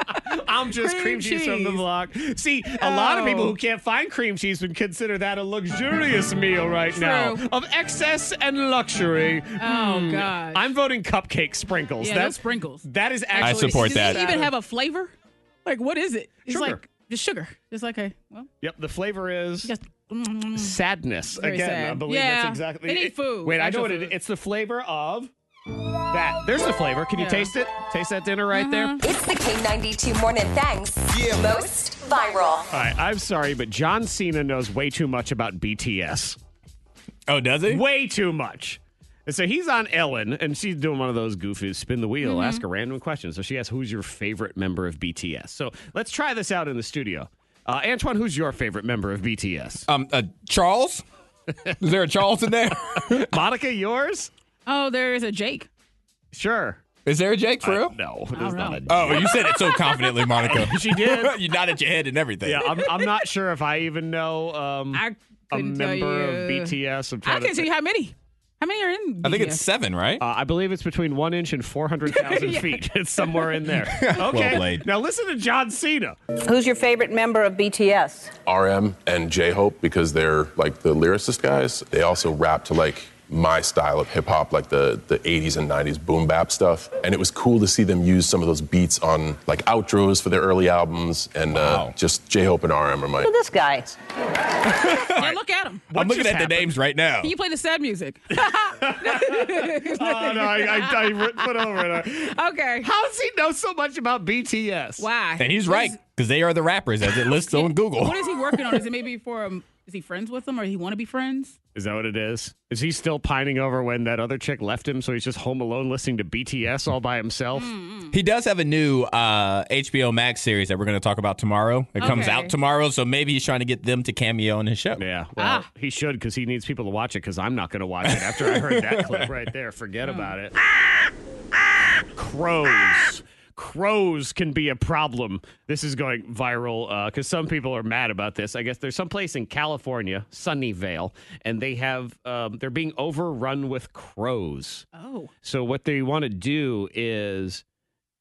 I'm just cream, Cream cheese. from the cheese. block. See, a lot of people Oh. who can't find cream cheese would consider that a luxurious meal right now True. of excess and luxury. Oh Hmm. gosh. I'm voting cupcake sprinkles. yeah, those That's sprinkles. that is actually support Does that. it even have a flavor? Like, what is it? It's Sugar. like just sugar. It's like a well, Yep, the flavor is just. mm, sadness. Very Again, I sad. believe Yeah, that's exactly they need food, Wait, I know actual what it food. it's the flavor of That. There's the flavor. Can you Yeah. taste it? Taste that dinner right Uh-huh. there? It's the K92 Morning Thangs. Most viral. All right, I'm sorry, but John Cena knows way too much about BTS. Oh, does he? Way too much. And so he's on Ellen, and she's doing one of those goofy spin the wheel, Mm-hmm. Mhm. ask a random question. So she asks, Who's your favorite member of BTS? So let's try this out in the studio. Uh, Antoine, who's your favorite member of BTS? Um, uh, Charles? Is there a Charles (laughs) in there? Monica, yours? Oh, there is a Jake. Sure. Is there a Jake for real? No, there's not a Oh, you said it so confidently, (laughs) Monica. She did. you nodded your head and everything. Yeah, I'm, I'm not sure if I even know um, a couldn't tell member of you. BTS. I'm trying I to can tell think. you how many. How many are in? BTS? seven, right? Uh, I believe it's between one inch and (laughs) 400,000 Yeah. feet. It's somewhere in (laughs) there. Well Okay. played. Now listen to John Cena. Who's your favorite member of BTS? RM and J Hope because they're like the lyricist guys. They also rap to like my style of hip hop, like the, the 80s and 90s boom bap stuff. And it was cool to see them use some of those beats on like outros for their early albums. And uh, just J Hope and RM are my. Look at this guy. Yeah, look at him. I'm looking at the names right now. Can you play the sad music? (laughs) oh, no, Oh, I- I- I put over it. Okay. How does he know so much about BTS? Why? And he's right because they are the rappers as it (laughs) lists on Google. What is he working on? Is it maybe for um Is he friends with them or he want to be friends? Is that what it is? Is he still pining over when that other chick left him? So he's just home alone listening to BTS all by himself? He does have a new uh, HBO Max series that we're going to talk about tomorrow. It comes Okay. out tomorrow, so maybe he's trying to get them to cameo on his show. Yeah, well, he should because he needs people to watch it because I'm not going to watch it after I heard that clip right there. Forget about it. Crows. Crows can be a problem. This is going viral because some people are mad about this. I guess there's some place in California, Sunnyvale, and they have um, they're being overrun with crows. Oh. So what they want to do is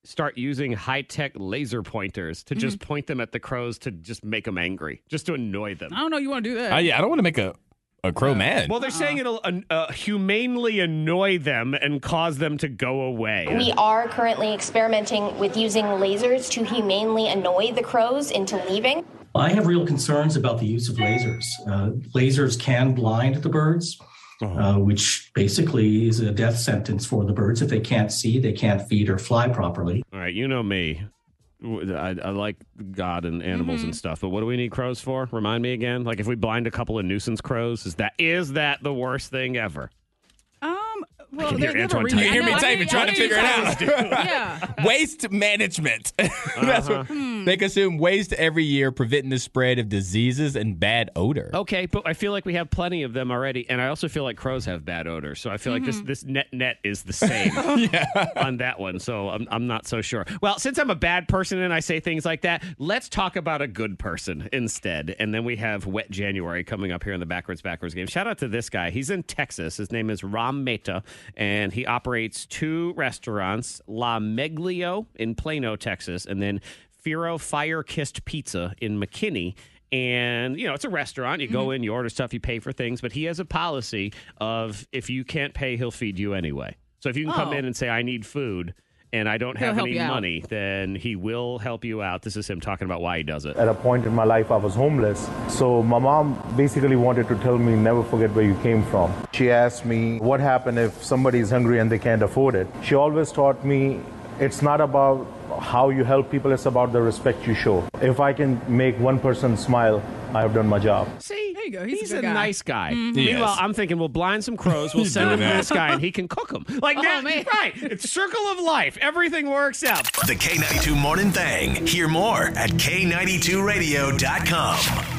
start using high-tech laser pointers to just point them at the crows to just make them angry, just to annoy them. I don't know. You want to do that? Uh, yeah, I don't want to make a, a crow mad. Well, they're saying it'll uh, uh, humanely annoy them and cause them to go away. We are currently experimenting with using lasers to humanely annoy the crows into leaving. I have real concerns about the use of lasers. Uh, lasers can blind the birds, uh, which basically is a death sentence for the birds. If they can't see, they can't feed or fly properly. All right, you know me. W- I, I like God and animals and stuff, but what do we need crows for? Remind me again. Like if we blind a couple of nuisance crows, is that is that the worst thing ever? Um. Well, can they hear never Antoine read- typing. I You hear me know, I typing, hear- trying I to hear you figure it (laughs) out. typing. yeah. Hmm. Waste management. (laughs) That's what they consume waste every year, preventing the spread of diseases and bad odor. Okay, but I feel like we have plenty of them already, and I also feel like crows have bad odor. So I feel like this Mhm. this net net is the same on that one. So I'm I'm not so sure. Well, since I'm a bad person and I say things like that, let's talk about a good person instead. And then we have Wet January coming up here in the backwards backwards game. Shout out to this guy. He's in Texas. His name is Ram Mehta, and he operates two restaurants: La Meglio in Plano, Texas, and then Firo Fire Kissed Pizza in McKinney. And, you know, it's a restaurant. You go in, you order stuff, you pay for things. But he has a policy of if you can't pay, he'll feed you anyway. So if you can come Oh. in and say, I need food and I don't He'll have help any you out. money, then he will help you out. This is him talking about why he does it. At a point in my life, I was homeless. So my mom basically wanted to tell me, never forget where you came from. She asked me, what happened if somebody is hungry and they can't afford it? She always taught me, it's not about how you help people, it's about the respect you show. If I can make one person smile, I have done my job. See, there you go. He's, He's a, a good guy. nice guy. Mhm. Meanwhile, I'm thinking we'll blind some crows, (laughs) we'll send them to doing this that. guy, and he can cook them. Like Oh, that, man. right? It's circle of life. Everything works out. The K92 Morning Thang. Hear more at K92Radio.com.